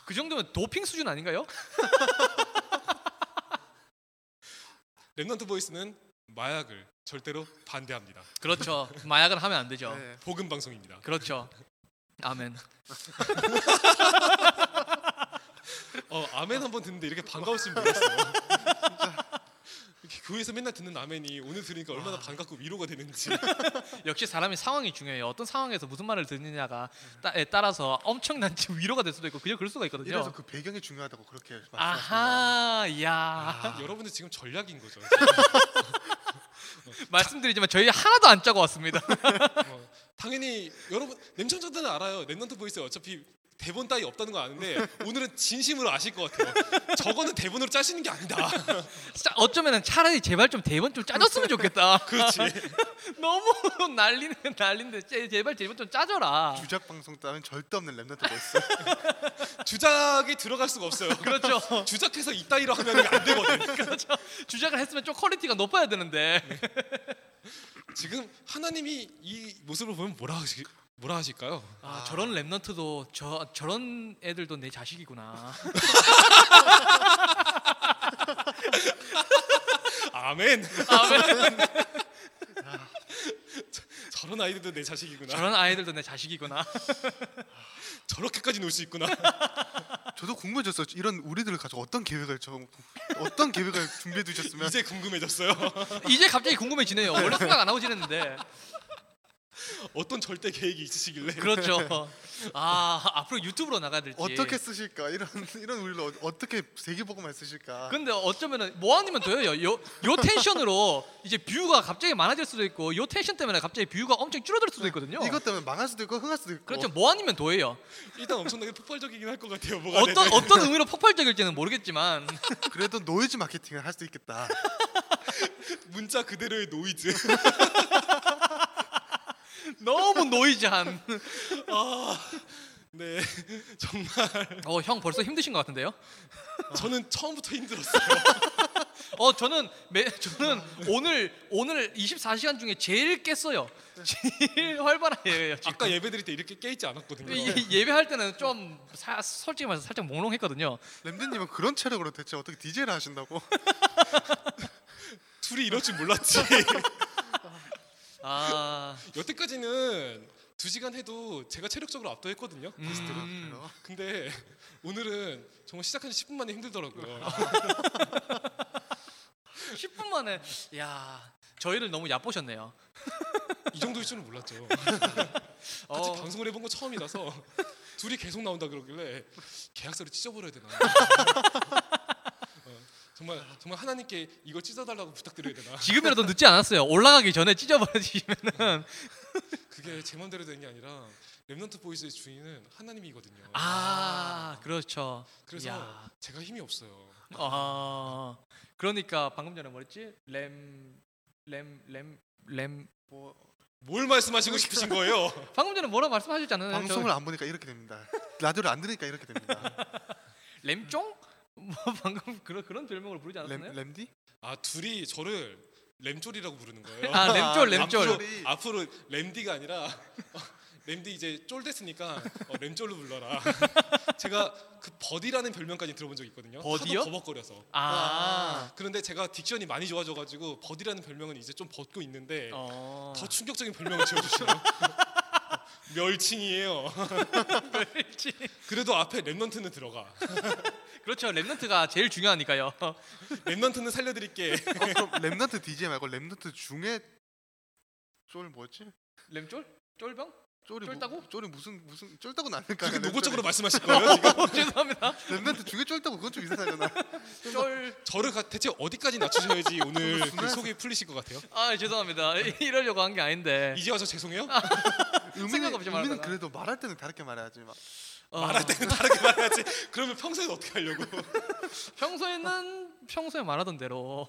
Speaker 2: 그 정도면 도핑 수준 아닌가요?
Speaker 1: 랩넌트 보이스는 마약을 절대로 반대합니다.
Speaker 2: 그렇죠. 마약은 하면 안 되죠.
Speaker 3: 네.
Speaker 1: 복음 방송입니다.
Speaker 2: 그렇죠. 아멘.
Speaker 1: 어 아멘 한번 듣는데 이렇게 반가울 줄 몰랐어요. 이렇게 교회에서 맨날 듣는 아멘이 오늘 들으니까 얼마나 반갑고 위로가 되는지.
Speaker 2: 역시 사람이 상황이 중요해요. 어떤 상황에서 무슨 말을 듣느냐가 따, 에 따라서 엄청난 지금 위로가 될 수도 있고 그냥 그럴 수가
Speaker 3: 이래서
Speaker 2: 있거든요.
Speaker 3: 그 배경이 중요하다고 그렇게 말씀하십니다.
Speaker 2: 아하, 야.
Speaker 1: 여러분들 지금 전략인 거죠.
Speaker 2: 네. 말씀드리지만 저희 하나도 안 짜고 왔습니다.
Speaker 1: 어, 당연히 여러분 냄청자들은 알아요. 랩넌트 보이스 어차피 대본 따위 없다는 건 아는데 오늘은 진심으로 아실 것 같아요. 저거는 대본으로 짜시는 게 아니다.
Speaker 2: 짜- 어쩌면은 차라리 제발 좀 대본 좀 짜줬으면 좋겠다.
Speaker 1: 그렇지.
Speaker 2: 너무 난리는 난리인데 제- 제발 대본 좀 짜줘라.
Speaker 3: 주작 방송 따윈 절대 없는 뭐 랩넌트 보였어.
Speaker 1: 주작이 들어갈 수가 없어요.
Speaker 2: 그렇죠.
Speaker 1: 주작해서 이따위로 하면 안 되거든.
Speaker 2: 주작을 했으면 좀 퀄리티가 높아야 되는데.
Speaker 1: 지금 하나님이 이 모습을 보면 뭐라 하시 뭐라 하실까요?
Speaker 2: 아, 저런 랩넌트도 저 저런 애들도 내 자식이구나.
Speaker 1: 아멘.
Speaker 2: 아멘.
Speaker 1: 저런 아이들도 내 자식이구나.
Speaker 2: 저런 아이들도 내 자식이구나.
Speaker 1: 저렇게까지 놀 수 있구나.
Speaker 3: 저도 궁금해졌어요. 이런 우리들을 가지고 어떤 계획을 저 어떤 계획을 준비해 두셨으면
Speaker 1: 이제 궁금해졌어요.
Speaker 2: 이제 갑자기 궁금해지네요. 원래 생각 안 하고 지냈는데.
Speaker 1: 어떤 절대 계획이 있으시길래
Speaker 2: 그렇죠. 아 앞으로 유튜브로 나가야 될지.
Speaker 3: 어떻게 쓰실까? 이런 이런 우리를 어- 어떻게 세계 복음을 쓰실까?
Speaker 2: 근데 어쩌면은 뭐 아니면 돼요. 요, 요 텐션으로 이제 뷰가 갑자기 많아질 수도 있고 요 텐션 때문에 갑자기 뷰가 엄청 줄어들 수도 있거든요.
Speaker 3: 이것 때문에 망할 수도 있고 흥할 수도 있고.
Speaker 2: 그렇죠. 뭐 아니면 도예요.
Speaker 1: 일단 엄청나게 폭발적이긴 할 것 같아요. 뭐가
Speaker 2: 어떤
Speaker 1: 돼도.
Speaker 2: 어떤 의미로 폭발적일지는 모르겠지만
Speaker 3: 그래도 노이즈 마케팅을 할 수도 있겠다.
Speaker 1: 문자 그대로의 노이즈.
Speaker 2: 너무
Speaker 1: 네,
Speaker 2: 노이즈한.
Speaker 1: 정말
Speaker 2: 어 형 벌써 힘드신 것 같은데요?
Speaker 1: 저는 처음부터 힘들었어요.
Speaker 2: 어 저는 매 저는 오늘 오늘 24시간 중에 제일 깼어요. 제일 활발해요 지금.
Speaker 1: 아까 예배드릴 때 이렇게 깨있지 않았거든요.
Speaker 2: 이- 예배할 때는 좀 사- 솔직히 말해서 살짝 몽롱했거든요.
Speaker 3: 램드님은 그런 체력으로 대체 어떻게 DJ를 하신다고?
Speaker 2: 음.
Speaker 1: 둘이 이럴 줄 몰랐지.
Speaker 2: 아
Speaker 1: 여태까지는 두 시간 해도 제가 체력적으로 압도했거든요.
Speaker 2: 음,
Speaker 1: 근데 오늘은 정말 시작한 지 10분 만에 힘들더라고요.
Speaker 2: 10분 만에 야 저희를 너무 얕보셨네요.
Speaker 1: 이 정도일 줄은 몰랐죠. 같이
Speaker 2: 어,
Speaker 1: 방송을 해본 건 처음이라서 둘이 계속 나온다 그러길래 계약서를 찢어버려야 되나. 어, 정말 정말 하나님께 이걸 찢어달라고 부탁드려야 되나.
Speaker 2: 지금이라도 늦지 않았어요. 올라가기 전에 찢어버리시면은
Speaker 1: 그게 제 맘대로 된 게 아니라 랩넌트 보이스의 주인은 하나님이거든요.
Speaker 2: 아 그렇죠.
Speaker 1: 그래서
Speaker 2: 야,
Speaker 1: 제가 힘이 없어요.
Speaker 2: 아 그러니까 방금 전에 뭐랬지? 램램램램
Speaker 3: 뭐
Speaker 1: 뭘 말씀하시고 싶으신 거예요?
Speaker 2: 방금 전에 뭐라고 말씀하셨지 않았나요?
Speaker 3: 방송을 안 보니까 이렇게 됩니다. 라디오를 안 들으니까 이렇게 됩니다.
Speaker 2: 저 램쫑? 뭐 방금 그런 그런 별명을 부르지
Speaker 3: 램
Speaker 2: 않았나요?
Speaker 3: 램디?
Speaker 1: 아 둘이 저를 램졸이라고 부르는 거예요.
Speaker 2: 아 램쫄 램쫄.
Speaker 3: 램쫄. 램졸이.
Speaker 1: 앞으로, 앞으로 램디가 아니라 어, 램디 이제 쫄 됐으니까 어, 램쫄로 불러라. 제가 그 버디라는 별명까지 들어본 적이 있거든요.
Speaker 2: 버디요?
Speaker 1: 하도 버벅거려서.
Speaker 2: 아.
Speaker 1: 그런데 제가 딕션이 많이 좋아져가지고 버디라는 별명은 이제 좀 벗고 있는데
Speaker 2: 어.
Speaker 1: 더 충격적인 별명을 지어주시네요. 멸칭이에요.
Speaker 2: 그렇지.
Speaker 1: 그래도 앞에 랩넌트는 들어가.
Speaker 2: 그렇죠. 랩넌트가 제일 중요하니까요.
Speaker 1: 랩넌트는 살려드릴게.
Speaker 3: 어, 그럼 랩넌트 DJ 말고 랩넌트 중에 쫄 뭐였지?
Speaker 2: 램쫄? 쫄병?
Speaker 3: 쫄이
Speaker 2: 쫄다고?
Speaker 3: 뭐, 쫄이 무슨 무슨 쫄다고는 아닐까?
Speaker 1: 그렇게 노골적으로 말씀하실 거예요 지금?
Speaker 2: 죄송합니다.
Speaker 3: 랩넌트 중에 쫄다고 그건 좀 이상하잖아.
Speaker 2: 쫄.
Speaker 1: 저를 가- 대체 어디까지 낮추셔야지 오늘 그 속이 풀리실 것 같아요?
Speaker 2: 아 죄송합니다. 이러려고 한 게 아닌데.
Speaker 1: 이제 와서 죄송해요?
Speaker 3: 의미는,
Speaker 2: 생각 없이 말하다가.
Speaker 3: 의미는 그래도 말할 때는 다르게 말해야지. 막
Speaker 2: 어,
Speaker 1: 말할 때는 다르게 말해야지. 그러면 평소에는 어떻게 하려고?
Speaker 2: 평소에는 평소에 말하던 대로.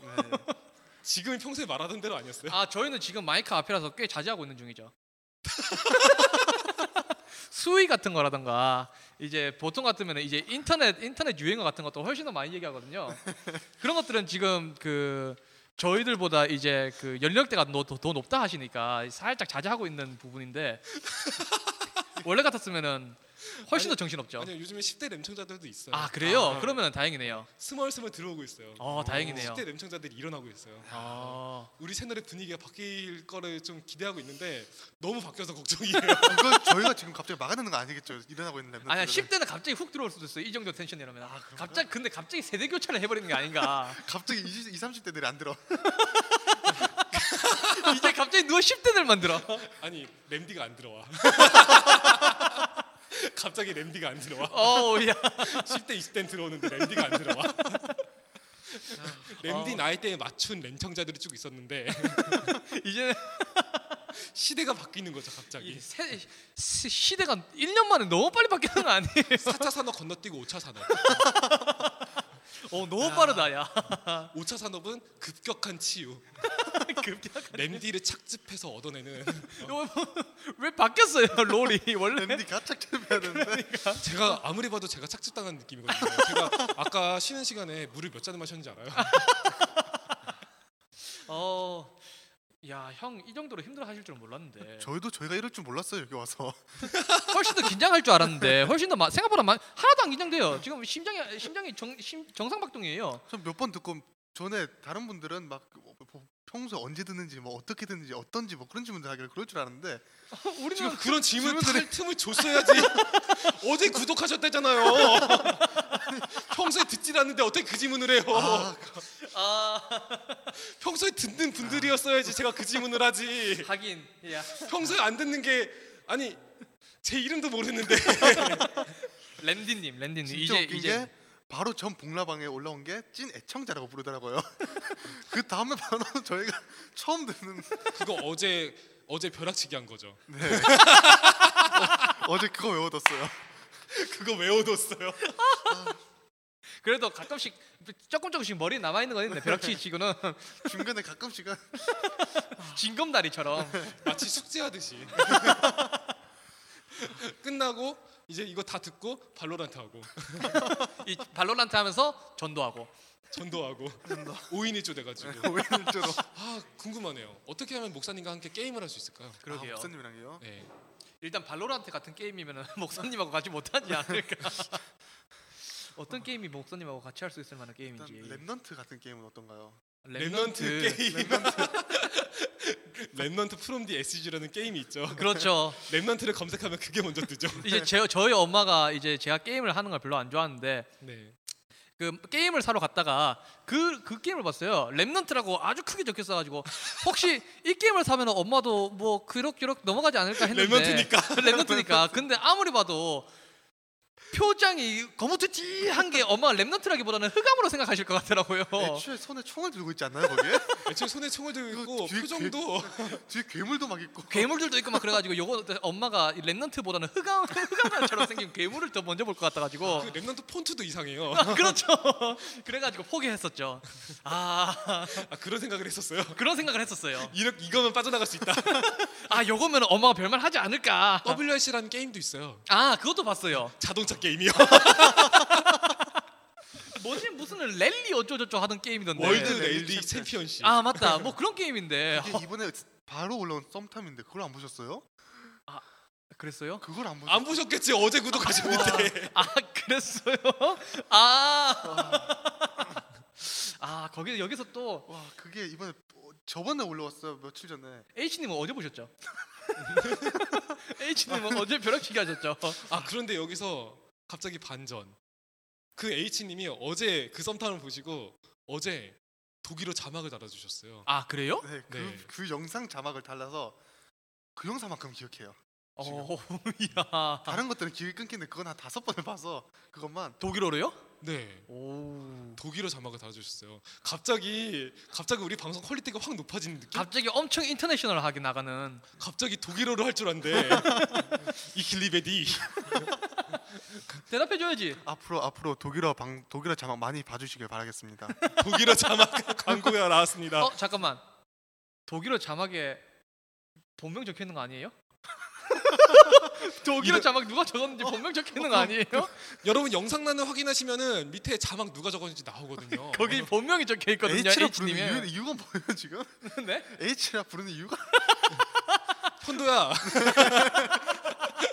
Speaker 1: 지금 평소에 말하던 대로 아니었어요?
Speaker 2: 아 저희는 지금 마이크 앞이라서 꽤 자제하고 있는 중이죠. 수위 같은 거라던가 이제 보통 같으면 이제 인터넷 인터넷 유행어 같은 것도 훨씬 더 많이 얘기하거든요. 그런 것들은 지금 그 저희들보다 이제 그 연령대가 노- 더, 더 높다 하시니까 살짝 자제하고 있는 부분인데 원래 같았으면은 훨씬 더 정신없죠.
Speaker 1: 아니요 요즘에 10대 램청자들도 있어요.
Speaker 2: 아 그래요? 그러면 다행이네요.
Speaker 1: 스멀스멀 들어오고 있어요.
Speaker 2: 어 다행이네요.
Speaker 1: 10대 램청자들이 일어나고 있어요.
Speaker 2: 아
Speaker 1: 우리 채널의 분위기가 바뀔 거를 좀 기대하고 있는데 너무 바뀌어서 걱정이에요.
Speaker 3: 이거 아, 저희가 지금 갑자기 막아내는 거 아니겠죠? 일어나고 있는 랩넌트.
Speaker 2: 아니야 10대는 갑자기 훅 들어올 수도 있어요 이 정도 텐션이라면 갑자기 근데 갑자기 세대 교체를 해버리는 게 아닌가
Speaker 3: 갑자기 20, 20, 30대들이 안 들어.
Speaker 2: 이제 갑자기 누가 10대들 만들어
Speaker 1: 아니 램디가 안 들어와. 갑자기 램디가 안 들어와.
Speaker 2: 어우야
Speaker 1: 10대 20대는 들어오는데 램디가 안 들어와.
Speaker 2: 아, 어.
Speaker 1: 램디 나이대에 맞춘 램청자들이 쭉 있었는데
Speaker 2: 이제
Speaker 1: 시대가 바뀌는 거죠 갑자기.
Speaker 2: 이 세, 시- 시대가 1년 만에 너무 빨리 바뀌는 거 아니에요?
Speaker 1: 4차 산업 건너뛰고 5차 산업.
Speaker 2: 어 너무 빠르다 야.
Speaker 1: 5차 산업은 급격한 치유. 램디를 착즙해서 얻어내는
Speaker 2: 이거 뭐- 왜 바뀌었어요 롤이 원래?
Speaker 3: 랜디 가착 잡혀야 되는데
Speaker 1: 제가 아무리 봐도 제가 착즙당한 느낌이거든요. 제가 아까 쉬는 시간에 물을 몇 잔을 마셨는지 알아요?
Speaker 2: 어. 야, 형 이 정도로 힘들어 하실 줄 몰랐는데.
Speaker 3: 저희도 저희가 이럴 줄 몰랐어요 여기 와서
Speaker 2: 훨씬 더 긴장할 줄 알았는데. 훨씬 더 마, 생각보다 많 하나도 안 긴장돼요. 지금 심장이 심장이 정, 심, 정상박동이에요.
Speaker 3: 전 몇 번 듣고 전에 다른 분들은 막 뭐- 뭐 평소에 언제 듣는지 뭐 어떻게 듣는지 어떤지 뭐 그런 질문들 하길래 그럴 줄 알았는데
Speaker 1: 지금
Speaker 2: 우리는
Speaker 1: 그런 질문
Speaker 3: 질문들이-
Speaker 1: 할 틈을 줬어야지. 어제 구독하셨다잖아요. 평소에 듣질 않는데 어떻게 그 질문을 해요?
Speaker 3: 아,
Speaker 2: 아,
Speaker 1: 평소에 듣는 분들이었어야지 제가 그 질문을 하지.
Speaker 2: 하긴. 야.
Speaker 1: 평소에 안 듣는 게 아니 제 이름도 모르는데
Speaker 2: 랜디 님, 랜디 님.
Speaker 3: 진짜 웃긴 게 바로 전 복라방에 올라온 게 찐 애청자라고 부르더라고요. 그 다음에 바로 저희가 처음 듣는
Speaker 1: 그거 어제 어제 벼락치기 한 거죠.
Speaker 3: 어제 그거 외워뒀어요.
Speaker 1: 그거 외워뒀어요.
Speaker 2: 그래도 가끔씩 조금 조금씩 머리에 남아 있는 거 있는데 벼락치 치고는
Speaker 3: 중간에 가끔씩은
Speaker 2: 진검다리처럼
Speaker 1: 마치 숙제하듯이 끝나고 이제 이거 다 듣고 발로란트 하고
Speaker 2: 이 발로란트 하면서 전도하고
Speaker 1: 전도하고 오인일조 돼가지고
Speaker 3: 오해를 줄로
Speaker 1: 아 궁금하네요. 어떻게 하면 목사님과 함께 게임을 할 수 있을까요?
Speaker 3: 아,
Speaker 2: 그러게요.
Speaker 3: 목사님이랑요.
Speaker 1: 네.
Speaker 2: 일단 발로란트 같은 게임이면 목사님하고 같이 못하지 않을까. 어떤 게임이 목사님하고 네, 같이 할 수 있을 만한
Speaker 3: 일단
Speaker 2: 게임인지.
Speaker 3: 랩넌트 같은 게임은 어떤가요?
Speaker 1: 랩넌트 게임 랩넌트 프롬 디 SG라는 게임이 있죠.
Speaker 2: 그렇죠.
Speaker 1: 랩넌트를 검색하면 그게 먼저 뜨죠.
Speaker 2: 이제 제, 저희 엄마가 이제 제가 게임을 하는 걸 별로 안 좋아하는데
Speaker 1: 네.
Speaker 2: 그 게임을 사러 갔다가 그 그 게임을 봤어요. 랩넌트라고 아주 크게 적혀 있어가지고 혹시 이 게임을 사면 엄마도 뭐 그럭저럭 넘어가지 않을까 했는데 그
Speaker 1: 랩넌트니까.
Speaker 2: 랩넌트니까. 근데 아무리 봐도 표정이 거무튀튀한 게 엄마가 랩넌트라기보다는 흑암으로 생각하실 것 같더라고요.
Speaker 1: 네,
Speaker 3: 애초에 손에 총을 들고 있지 않나요 거기에?
Speaker 1: 애초에 손에 총을 들고 있고
Speaker 3: 그거 뒤에
Speaker 1: 표정도
Speaker 3: 뒤에 괴물도 막 있고.
Speaker 2: 괴물들도 있고 막 그래가지고 요거 엄마가 이 랩넌트보다는 흑암 흑암처럼 생긴 괴물을 더 먼저 볼 것 같아가지고
Speaker 1: 그 랩넌트 폰트도 이상해요.
Speaker 2: 아, 그렇죠. 그래가지고 포기했었죠. 아
Speaker 1: 아, 그런 생각을 했었어요.
Speaker 2: 그런 생각을 했었어요.
Speaker 1: 이렇게 이거면 빠져나갈 수 있다.
Speaker 2: 아 요거면 엄마가 별말 하지 않을까.
Speaker 1: WRC라는 게임도 있어요.
Speaker 2: 아 그것도 봤어요.
Speaker 1: 자동차 게임이요.
Speaker 2: 뭐지 무슨 랠리 어쩌저쩌 하던 게임이던데.
Speaker 1: 월드
Speaker 3: 네,
Speaker 1: 레일리
Speaker 3: 네,
Speaker 1: 챔피언십.
Speaker 2: 아 맞다. 뭐 그런 게임인데.
Speaker 3: 이게 이번에 바로 올라온 썸탐인데 그걸 안 보셨어요?
Speaker 2: 그랬어요?
Speaker 3: 그걸 안 보셨어요?
Speaker 1: 안 보셨겠지 어제 구독하셨는데.
Speaker 2: 아 그랬어요? 아. 아 거기 여기서 또
Speaker 3: 와 그게 이번에 어, 저번에 올라왔어요 며칠 전에.
Speaker 2: H님은 어제 보셨죠? H님은 어제 벼락치기 하셨죠?
Speaker 1: 아 그런데 여기서 갑자기 반전. 그 H 님이 어제 그 썸타임을 보시고 어제 독일어 자막을 달아주셨어요.
Speaker 2: 아 그래요?
Speaker 3: 네, 그,
Speaker 1: 네.
Speaker 3: 그 영상 자막을 달라서 그 영상만큼 기억해요.
Speaker 2: 어, 야.
Speaker 3: 다른 것들은 기억이 끊기는데 그건 한 다섯 번을 봐서 그것만
Speaker 2: 독일어로요?
Speaker 1: 네.
Speaker 2: 오.
Speaker 1: 독일어 자막을 달아주셨어요. 갑자기 갑자기 우리 방송 퀄리티가 확 높아지는 느낌.
Speaker 2: 갑자기 엄청 인터내셔널하게 나가는
Speaker 1: 갑자기 독일어로 할 줄 안데. 이킬리베디.
Speaker 2: 대답해줘야지.
Speaker 3: 앞으로 앞으로 독일어 방 독일어 자막 많이 봐주시길 바라겠습니다.
Speaker 1: 독일어 자막 광고가 나왔습니다.
Speaker 2: 어 잠깐만. 독일어 자막에 본명 적혀 있는 거 아니에요? 독일어
Speaker 1: 이거-
Speaker 2: 자막 누가 적었는지 본명 적혀 있는 거 아니에요?
Speaker 1: 여러분 영상란을 확인하시면은 밑에 자막 누가 적었는지 나오거든요.
Speaker 2: 거기 본명이 적혀 있거든요.
Speaker 3: H라 부르는 이유,
Speaker 2: H님이.
Speaker 3: 이유가 뭐예요 지금?
Speaker 2: 네?
Speaker 3: H라 부르는 이유가
Speaker 1: 현도야.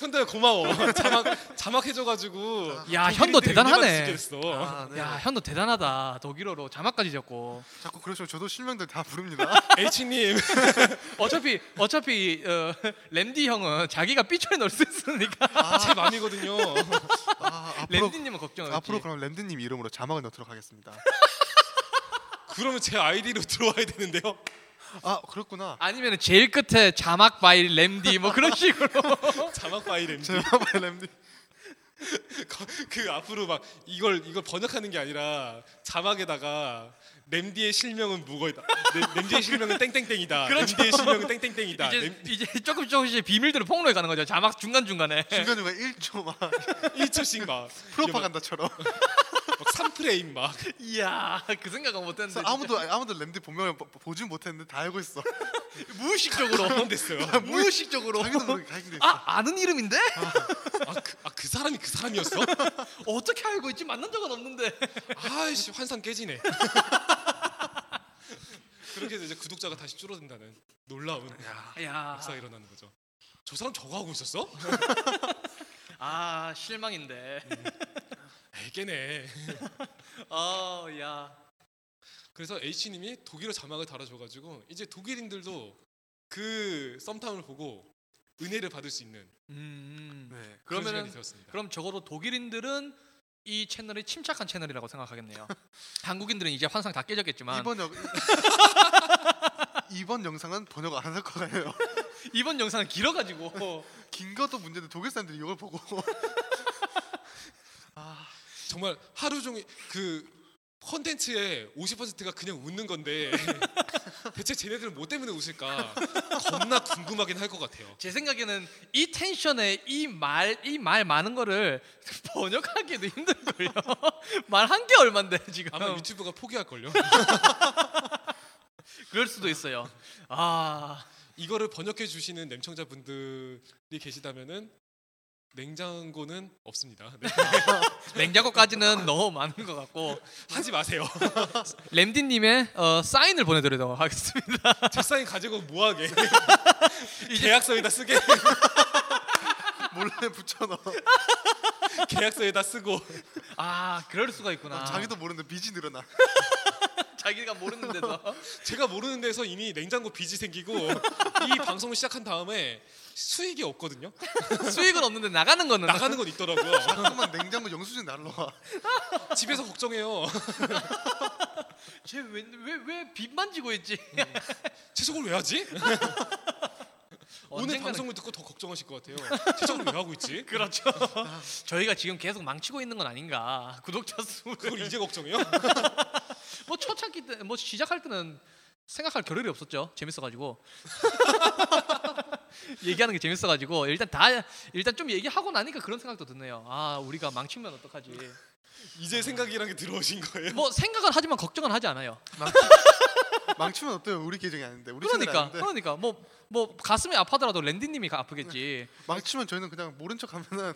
Speaker 1: 현도야 고마워. 자막 자막 해줘가지고.
Speaker 2: 야 현도 대단하네.
Speaker 1: 아,
Speaker 3: 아, 네.
Speaker 2: 야 현도 대단하다. 독일어로 자막까지 적고.
Speaker 3: 자꾸 그러시면 저도 실명들 다 부릅니다.
Speaker 1: H님
Speaker 2: 어차피 어차피 어, 램디 형은 자기가 삐처리 넣을 수 있으니까
Speaker 1: 제 맘이거든요.
Speaker 3: 아, 앞으로
Speaker 2: 램디님은 걱정하지.
Speaker 3: 앞으로 그럼 랜드님 이름으로 자막을 넣도록 하겠습니다.
Speaker 1: 그러면 제 아이디로 들어와야 되는데요.
Speaker 3: 아 그렇구나.
Speaker 2: 아니면 제일 끝에 자막 바이 램디 뭐 그런 식으로
Speaker 1: 자막 파일 MD.
Speaker 3: 제발 랜드.
Speaker 1: 그 앞으로 막 이걸 이걸 번역하는 게 아니라 자막에다가 램디의 실명은 무거이다. 램- 램디의 실명은 땡땡땡이다. 램디의 실명은 땡땡땡이다.
Speaker 2: 이제
Speaker 1: 램,
Speaker 2: 이제 조금 조금씩 비밀들을 폭로해 가는 거죠. 자막 중간 중간에.
Speaker 3: 중간중간 1초 막
Speaker 1: 1초씩 막
Speaker 3: 프로파간다처럼
Speaker 1: 이게 막 3프레임 막
Speaker 2: 이야 그 생각은 못했는데
Speaker 3: 그래서 아무도 아무도 램디 본명을 보- 보진 못했는데 다 알고 있어
Speaker 2: 무의식적으로
Speaker 1: 됐어요.
Speaker 2: 무의식적으로
Speaker 3: 아, 자기도 모르게 다 알고 있어
Speaker 2: 아 아는 이름인데
Speaker 1: 아 그 아, 그 사람이 그 사람이었어?
Speaker 2: 어떻게 알고 있지 만난 적은 없는데
Speaker 1: 아이씨 환상 깨지네. 그렇게 해서 이제 구독자가 다시 줄어든다는 놀라운
Speaker 3: 아,
Speaker 2: 야
Speaker 1: 역사가 일어나는 거죠. 저 사람 저거 하고 있었어?
Speaker 2: 아 실망인데
Speaker 1: 애게네.
Speaker 3: 음.
Speaker 2: 어야
Speaker 1: 그래서 H님이 독일어 자막을 달아줘가지고 이제 독일인들도 그 썸타운을 보고 은혜를 받을 수 있는
Speaker 2: 음, 음.
Speaker 3: 네.
Speaker 1: 그런 시간이
Speaker 2: 그러면은
Speaker 1: 되었습니다.
Speaker 2: 그럼 적어도 독일인들은 이 채널이 침착한 채널이라고 생각하겠네요 한국인들은 이제 환상 다 깨졌겠지만 이번,
Speaker 3: 이번 영 이번 영상은 번역 안 할 거예요
Speaker 2: 영상은 길어가지고
Speaker 3: 긴 것도 문제인데 독일 사람들이 이걸 보고
Speaker 1: 정말 하루 종일 그 컨텐츠의 50%가 그냥 웃는 건데 대체 쟤네들은 뭐 때문에 웃을까 겁나 궁금하긴 할 것 같아요.
Speaker 2: 제 생각에는 이 텐션에 이 말 이 말 많은 거를 번역하기도 힘들걸요 말 한 개 얼만데 지금
Speaker 1: 아마 유튜브가 포기할 걸요.
Speaker 2: 그럴 수도 있어요 아
Speaker 1: 이거를 번역해 주시는 냄청자분들이 계시다면은 냉장고는 없습니다. 네.
Speaker 2: 냉장고까지는 너무 많은 것 같고
Speaker 1: 하지 마세요.
Speaker 2: 램디님의 어, 사인을 보내드리도록 하겠습니다.
Speaker 1: 제 사인 가지고 뭐하게 계약서에다 쓰게
Speaker 3: 몰래 붙여넣어
Speaker 1: 계약서에다 쓰고
Speaker 2: 아 그럴 수가 있구나.
Speaker 3: 자기도 모르는데 빚이 늘어나
Speaker 2: 자기가 모르는데도
Speaker 1: 제가 모르는 데서 이미 냉장고 빚이 생기고 이 방송을 시작한 다음에 수익이 없거든요.
Speaker 2: 수익은 없는데 나가는 거는
Speaker 1: 나가는 건 있더라고요.
Speaker 3: 잠깐만 냉장고 영수증 날라와
Speaker 1: 집에서 걱정해요.
Speaker 2: 쟤왜왜왜 빚만 지고 있지?
Speaker 1: 채석을 왜 하지? 오늘
Speaker 2: 언젠가는-
Speaker 1: 방송을 듣고 더 걱정하실 것 같아요. 채석을 왜 하고 있지?
Speaker 2: 그렇죠. 저희가 지금 계속 망치고 있는 건 아닌가. 구독자
Speaker 1: 그걸
Speaker 2: 수를
Speaker 1: 이제 걱정해요?
Speaker 2: 뭐 초창기 때 뭐 시작할 때는 생각할 겨를이 없었죠. 재밌어가지고 얘기하는 게 재밌어가지고 일단 다 일단 좀 얘기하고 나니까 그런 생각도 드네요. 아 우리가 망치면 어떡하지?
Speaker 1: 이제 생각이란 게 들어오신 거예요.
Speaker 2: 뭐 생각은 하지만 걱정은 하지 않아요.
Speaker 3: 망치면 어때요 우리 계정이 아닌데 우리 채널이
Speaker 2: 그러니까
Speaker 3: 아닌데
Speaker 2: 그러니까 뭐 뭐 가슴이 아파더라도 랜디님이 가- 아프겠지.
Speaker 3: 망치면 저희는 그냥 모른 척 하면은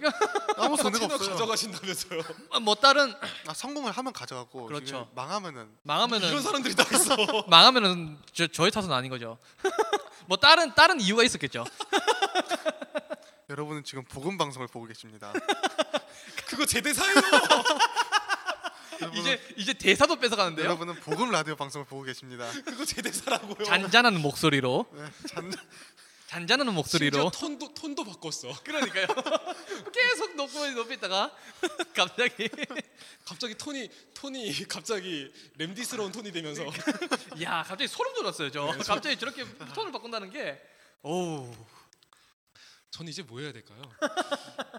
Speaker 3: 아무 손해가
Speaker 1: 채널
Speaker 3: 없어요
Speaker 1: 가져가신다면서요.
Speaker 2: 아, 뭐 다른
Speaker 3: 아, 성공을 하면 가져가고
Speaker 2: 그렇죠.
Speaker 3: 지금 망하면은
Speaker 1: 이런
Speaker 2: 망하면은
Speaker 1: 사람들이 다 있어.
Speaker 2: 망하면은 저, 저희 탓은 아닌 거죠. 뭐 다른 다른 이유가 있었겠죠.
Speaker 3: 여러분은 지금 복음 방송을 보고 계십니다
Speaker 1: 그거 제 대사예요.
Speaker 3: 여러분은-
Speaker 2: 이제 이제 대사도 뺏어가는데요.
Speaker 3: 여러분은 복음 라디오 방송을 보고 계십니다.
Speaker 1: 그거 제 대사라고요.
Speaker 2: 잔잔한 목소리로
Speaker 3: 네, 잔-
Speaker 2: 잔잔한
Speaker 1: 심지어
Speaker 2: 목소리로
Speaker 1: 톤도 톤도 바꿨어.
Speaker 2: 그러니까요. 계속 높이 높이 있다가 갑자기
Speaker 1: 갑자기 톤이 톤이 갑자기 램디스러운 톤이 되면서
Speaker 2: 야 갑자기 소름 돋았어요 저. 갑자기 저렇게 톤을 바꾼다는 게 오우
Speaker 1: 전 이제 뭐 해야 될까요?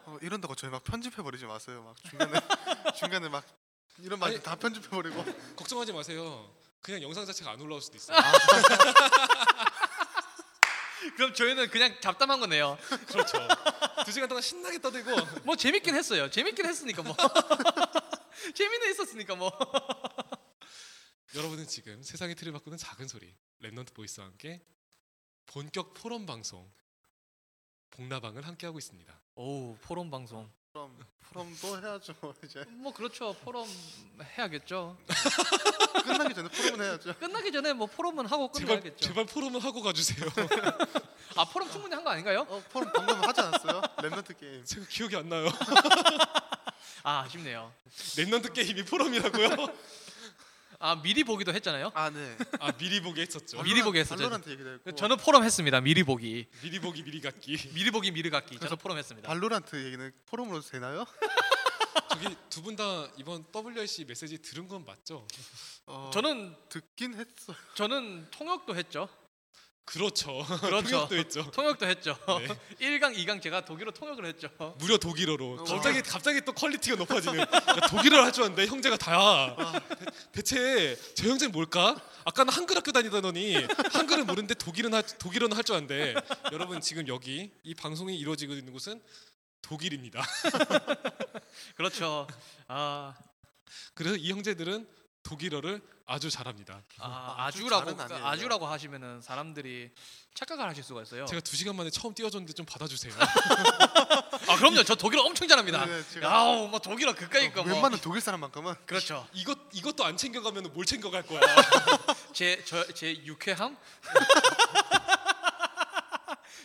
Speaker 3: 어, 이런다고 저희 막 편집해 버리지 마세요. 막 중간에 중간에 막 이런 말
Speaker 1: 아니-
Speaker 3: 다 편집해 버리고
Speaker 1: 걱정하지 마세요. 그냥 영상 자체가 안 올라올 수도 있어요.
Speaker 2: 아, 그럼 저희는 그냥 잡담한 거네요.
Speaker 1: 그렇죠. 두 시간 동안 신나게 떠들고
Speaker 2: 뭐 재밌긴 했어요. 재밌긴 했으니까 뭐. 재미는 있었으니까 뭐.
Speaker 1: 여러분은 지금 세상의 틀을 바꾸는 작은 소리 랩넌트 보이스와 함께 본격 포럼 방송 복나방을 함께 하고 있습니다.
Speaker 2: 오 포럼 방송.
Speaker 3: 그럼 포럼도 해야죠. 이제
Speaker 2: 뭐 그렇죠. 포럼 해야겠죠.
Speaker 3: 끝나기 전에 포럼은 해야죠.
Speaker 2: 끝나기 전에 뭐 포럼은 하고
Speaker 1: 제발
Speaker 2: 끝나야겠죠.
Speaker 1: 제발 포럼을 하고 가주세요.
Speaker 2: 아 포럼 충분히 한 거 아닌가요?
Speaker 3: 어, 포럼 방금 하지 않았어요? 랩넌트 게임.
Speaker 1: 제가 기억이 안 나요.
Speaker 2: 아 아쉽네요.
Speaker 1: 랩넌트 게임이 포럼이라고요?
Speaker 2: 아 미리 보기도 했잖아요.
Speaker 3: 아 네.
Speaker 1: 아 미리 보기 했었죠.
Speaker 2: 미리 보기 했었죠.
Speaker 3: 발로란트 얘기도 했고.
Speaker 2: 저는 포럼 했습니다. 미리 보기.
Speaker 1: 미리 보기 미리 갖기.
Speaker 2: 미리 보기 미리 갖기. 저는 포럼 했습니다.
Speaker 3: 발로란트 얘기는 포럼으로 되나요?
Speaker 1: 저기 두 분 다 이번 WRC 메시지 들은 건 맞죠?
Speaker 3: 어,
Speaker 2: 저는
Speaker 3: 듣긴 했어요.
Speaker 2: 저는 통역도 했죠.
Speaker 1: 그렇죠.
Speaker 2: 그렇죠.
Speaker 1: 통역도 했죠.
Speaker 2: 통역도 했죠.
Speaker 1: 네.
Speaker 2: 1강, 2강 제가 독일어 통역을 했죠.
Speaker 1: 무려 독일어로.
Speaker 3: 우와.
Speaker 1: 갑자기 갑자기 또 퀄리티가 높아지는. 야, 독일어를 할 줄 아는데 형제가 다야. 대, 체제 형제는 뭘까? 아까는 한글 학교 다니다더니 한글은 모르는데 독일은 하, 독일어는 할 줄 아는데 여러분 지금 여기 이 방송이 이루어지고 있는 곳은 독일입니다.
Speaker 2: 그렇죠. 아,
Speaker 1: 그래서 이 형제들은 독일어를 아주 잘합니다.
Speaker 2: 아
Speaker 3: 아주
Speaker 2: 아주라고
Speaker 3: 잘은 아니에요.
Speaker 2: 아주라고 하시면은 사람들이 착각을 하실 수가 있어요.
Speaker 1: 제가 두 시간 만에 처음 띄워줬는데 좀 받아주세요.
Speaker 2: 아 그럼요. 저 독일어 엄청 잘합니다.
Speaker 3: 네, 네, 제가-
Speaker 2: 아우 뭐 독일어 그까이 거 뭐.
Speaker 3: 웬만한 독일 사람만큼은
Speaker 2: 그렇죠.
Speaker 1: 이것 이것도 안 챙겨가면 뭘 챙겨갈 거야?
Speaker 2: 제 저 제 유쾌함,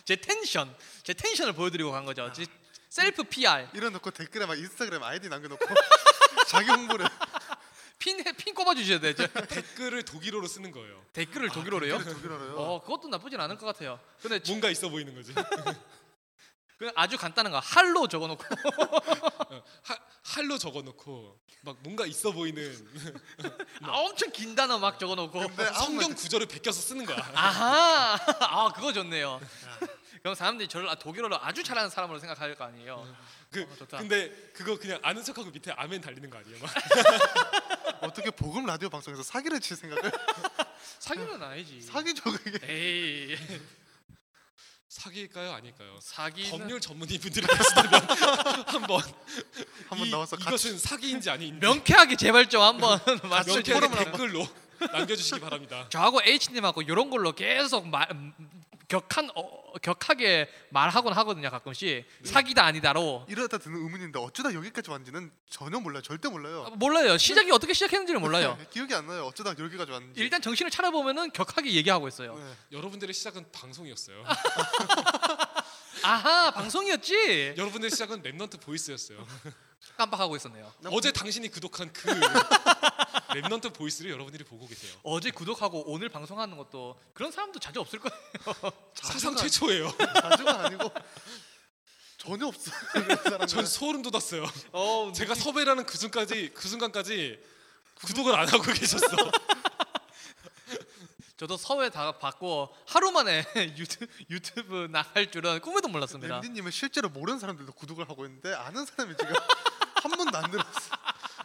Speaker 2: 제 텐션, 제 텐션을 보여드리고 간
Speaker 3: 아.
Speaker 2: 거죠. 제 셀프 PR
Speaker 3: 이런 놓고 댓글에 막 인스타그램 아이디 남겨놓고 자기 홍보를
Speaker 2: 핀핀 꼽아 주셔야 되죠.
Speaker 1: 댓글을 독일어로 쓰는 거예요.
Speaker 3: 아,
Speaker 2: 댓글을 독일어로요.
Speaker 3: 독일어로요.
Speaker 2: 어 그것도 나쁘진 않을 것 같아요. 근데 지-
Speaker 1: 뭔가 있어 보이는 거지.
Speaker 2: 그 아주 간단한 거 할로 적어놓고
Speaker 1: 어, 하, 할로 적어놓고 막 뭔가 있어 보이는
Speaker 2: 아, 엄청 긴 단어 막 적어놓고
Speaker 3: 근데 아무
Speaker 1: 성경
Speaker 3: 말
Speaker 1: 구절을 베껴서 쓰는 거야.
Speaker 2: 아하 아 그거 좋네요. 그럼 사람들이 저를 아, 독일어로 아주 잘하는 사람으로 생각할 거 아니에요.
Speaker 1: 그,
Speaker 2: 어, 좋다.
Speaker 1: 근데 그거 그냥 아는 척하고 밑에 아멘 달리는 거 아니에요? 막.
Speaker 3: 어떻게 복음 라디오 방송에서 사기를 칠 생각을
Speaker 2: 사기는 아니지.
Speaker 3: 사기죠 그게.
Speaker 2: 에이
Speaker 1: 사기일까요, 아닐까요?
Speaker 2: 사기는
Speaker 1: 법률 전문의 분들이 계시다면 한번
Speaker 3: 한번
Speaker 1: 이-
Speaker 3: 나와서 같이
Speaker 1: 이것은 사기인지 아닌지
Speaker 2: 명쾌하게 제발 좀 한번 맞춰
Speaker 1: 명쾌하게
Speaker 2: 포럼을 한번.
Speaker 1: 댓글로 남겨주시기 바랍니다.
Speaker 2: 저하고 H님하고 이런 걸로 계속 말 음, 격한 어, 격하게 말하곤 하거든요 가끔씩 사기다 아니다로
Speaker 3: 이러다 드는 의문인데 어쩌다 여기까지 왔는지는 전혀 몰라요. 절대
Speaker 2: 아,
Speaker 3: 몰라요. 네,
Speaker 2: 몰라요 시작이 어떻게 시작했는지를 몰라요
Speaker 3: 기억이 안 나요. 어쩌다 여기까지 왔는지.
Speaker 2: 일단 정신을 차려보면은 격하게 얘기하고 있어요
Speaker 3: 네.
Speaker 1: 여러분들의 시작은 방송이었어요.
Speaker 2: 아하 방송이었지
Speaker 1: 여러분들의 시작은 랩넌트 보이스였어요.
Speaker 2: 깜빡하고 있었네요
Speaker 3: 난
Speaker 1: 어제 당신이 구독한 그 랩넌트 보이스를 여러분들이 보고 계세요.
Speaker 2: 어제 구독하고 오늘 방송하는 것도 그런 사람도 자주 없을 거예요
Speaker 1: 사상
Speaker 3: 자주가-
Speaker 1: 최초예요.
Speaker 3: 자주가 아니고 전혀 없어요. 그런 사람들은.
Speaker 1: 전 소름 돋았어요.
Speaker 2: 어우,
Speaker 1: 제가 섭외라는 그 순간까지 그 순간까지 구독을 안 하고 계셨어.
Speaker 2: 저도 서외 다 받고 하루 만에 유튜, 유튜브 나갈 줄은 꿈에도 몰랐습니다
Speaker 3: 램디님은 실제로 모르는 사람들도 구독을 하고 있는데 아는 사람이 지금 한 번도 안 들었어.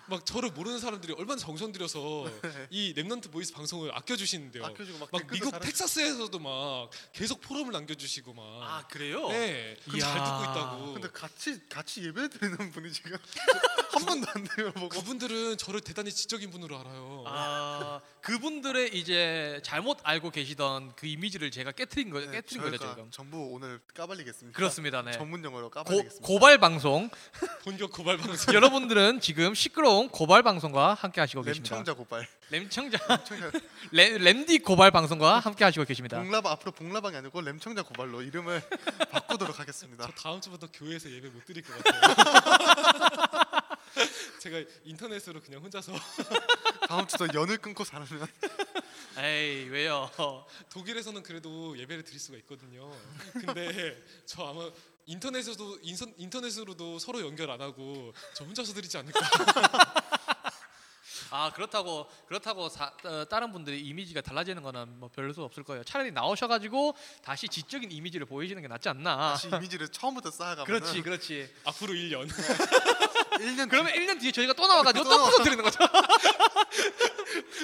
Speaker 1: 막 저를 모르는 사람들이 얼마나 정성 들여서 이 랩넌트 보이스 방송을 아껴 주시는데요.
Speaker 3: 아껴주고 막,
Speaker 1: 막
Speaker 3: 댓글도
Speaker 1: 미국
Speaker 3: 달아주고.
Speaker 1: 텍사스에서도 막 계속 포럼을 남겨 주시고 막
Speaker 2: 아 그래요?
Speaker 1: 네. 그럼
Speaker 2: 이야.
Speaker 1: 잘 듣고 있다고.
Speaker 3: 근데 같이 같이 예배 드리는 분이 지금 한 번도 안 들어보고
Speaker 1: 그분들은 저를 대단히 지적인 분으로 알아요.
Speaker 2: 아 그분들의 이제 잘못 알고 계시던 그 이미지를 제가 깨트린 거죠
Speaker 3: 네,
Speaker 2: 깨트린 거죠
Speaker 3: 저희가
Speaker 2: 지금
Speaker 3: 전부 오늘 까발리겠습니다.
Speaker 2: 그렇습니다 네
Speaker 3: 전문 영어로
Speaker 2: 고,
Speaker 3: 까발리겠습니다.
Speaker 2: 고발 방송
Speaker 1: 본격 고발 방송.
Speaker 2: 여러분들은 지금 시끄러운 고발 방송과 함께 하시고 계십니다
Speaker 3: 램청자 고발.
Speaker 2: 램청자
Speaker 3: 청자 음.
Speaker 2: 램, 램디 고발 방송과 함께 하시고 계십니다
Speaker 3: 봉라방 앞으로 봉라방이 아니고 램청자 고발로 이름을 바꾸도록 하겠습니다.
Speaker 1: 저 다음 주부터 교회에서 예배 못 드릴 것 같아요. 제가 인터넷으로 그냥 혼자서
Speaker 3: 다음 주도 연을 끊고 살면
Speaker 2: 에이 왜요
Speaker 1: 독일에서는 그래도 예배를 드릴 수가 있거든요. 근데 저 아마 인터넷에서도 인선, 인터넷으로도 서로 연결 안 하고 저 혼자서 드리지 않을까.
Speaker 2: 아 그렇다고 그렇다고 사- 어, 다른 분들의 이미지가 달라지는 거는 뭐 별로 수 없을 거예요 차라리 나오셔가지고 다시 지적인 이미지를 보이시는 게 낫지 않나
Speaker 3: 다시 이미지를 처음부터 쌓아가면
Speaker 2: 아. 그렇지 그렇지
Speaker 1: 앞으로 1년
Speaker 3: 1년
Speaker 2: 그러면 1년 뒤에 저희가 또 나와가지고
Speaker 3: 또
Speaker 2: 또
Speaker 3: 나와.
Speaker 2: 부서뜨리는 거죠.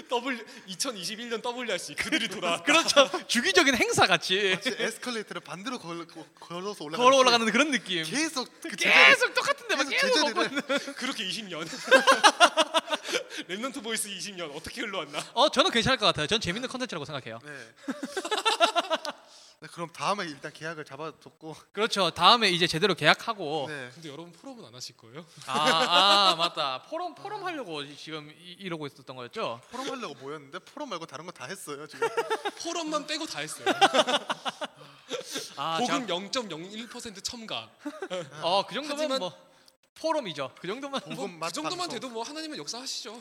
Speaker 1: W 2021년 WRC 그들이 돌아.
Speaker 2: 그렇죠. 주기적인 행사 같이
Speaker 3: 에스컬레이터를 반대로 걸, 어서 올라가
Speaker 2: 걸어 올라가는 그런 느낌.
Speaker 3: 계속 그 제자리
Speaker 2: 계속 똑같은데 막
Speaker 3: 계속
Speaker 2: 계속 먹고
Speaker 3: 제자리를
Speaker 2: 있는.
Speaker 1: 그렇게 20년. 랩넌트 보이스 20년 어떻게 흘러왔나?
Speaker 2: 어, 저는 괜찮을 것 같아요. 전 재밌는 컨텐츠라고 생각해요.
Speaker 3: 네. 네, 그럼 다음에 일단 계약을 잡아뒀고
Speaker 2: 그렇죠. 다음에 이제 제대로 계약하고.
Speaker 3: 네.
Speaker 1: 근데 여러분 포럼은 안 하실 거예요?
Speaker 2: 아, 아, 맞다. 포럼 포럼 하려고 지금 이- 이러고 있었던 거였죠.
Speaker 3: 포럼 하려고 모였는데 포럼 말고 다른 거 다 했어요 지금
Speaker 1: 포럼만 빼고 다 했어요.
Speaker 2: 아,
Speaker 1: 복음 0.01% 첨가.
Speaker 2: 자, 어, 그 정도면
Speaker 1: 하지만-
Speaker 2: 뭐 포럼이죠. 그 정도면
Speaker 1: 뭐,
Speaker 3: 복음
Speaker 1: 그
Speaker 3: 맛
Speaker 1: 정도만
Speaker 3: 방송.
Speaker 1: 돼도 뭐 하나님은 역사하시죠.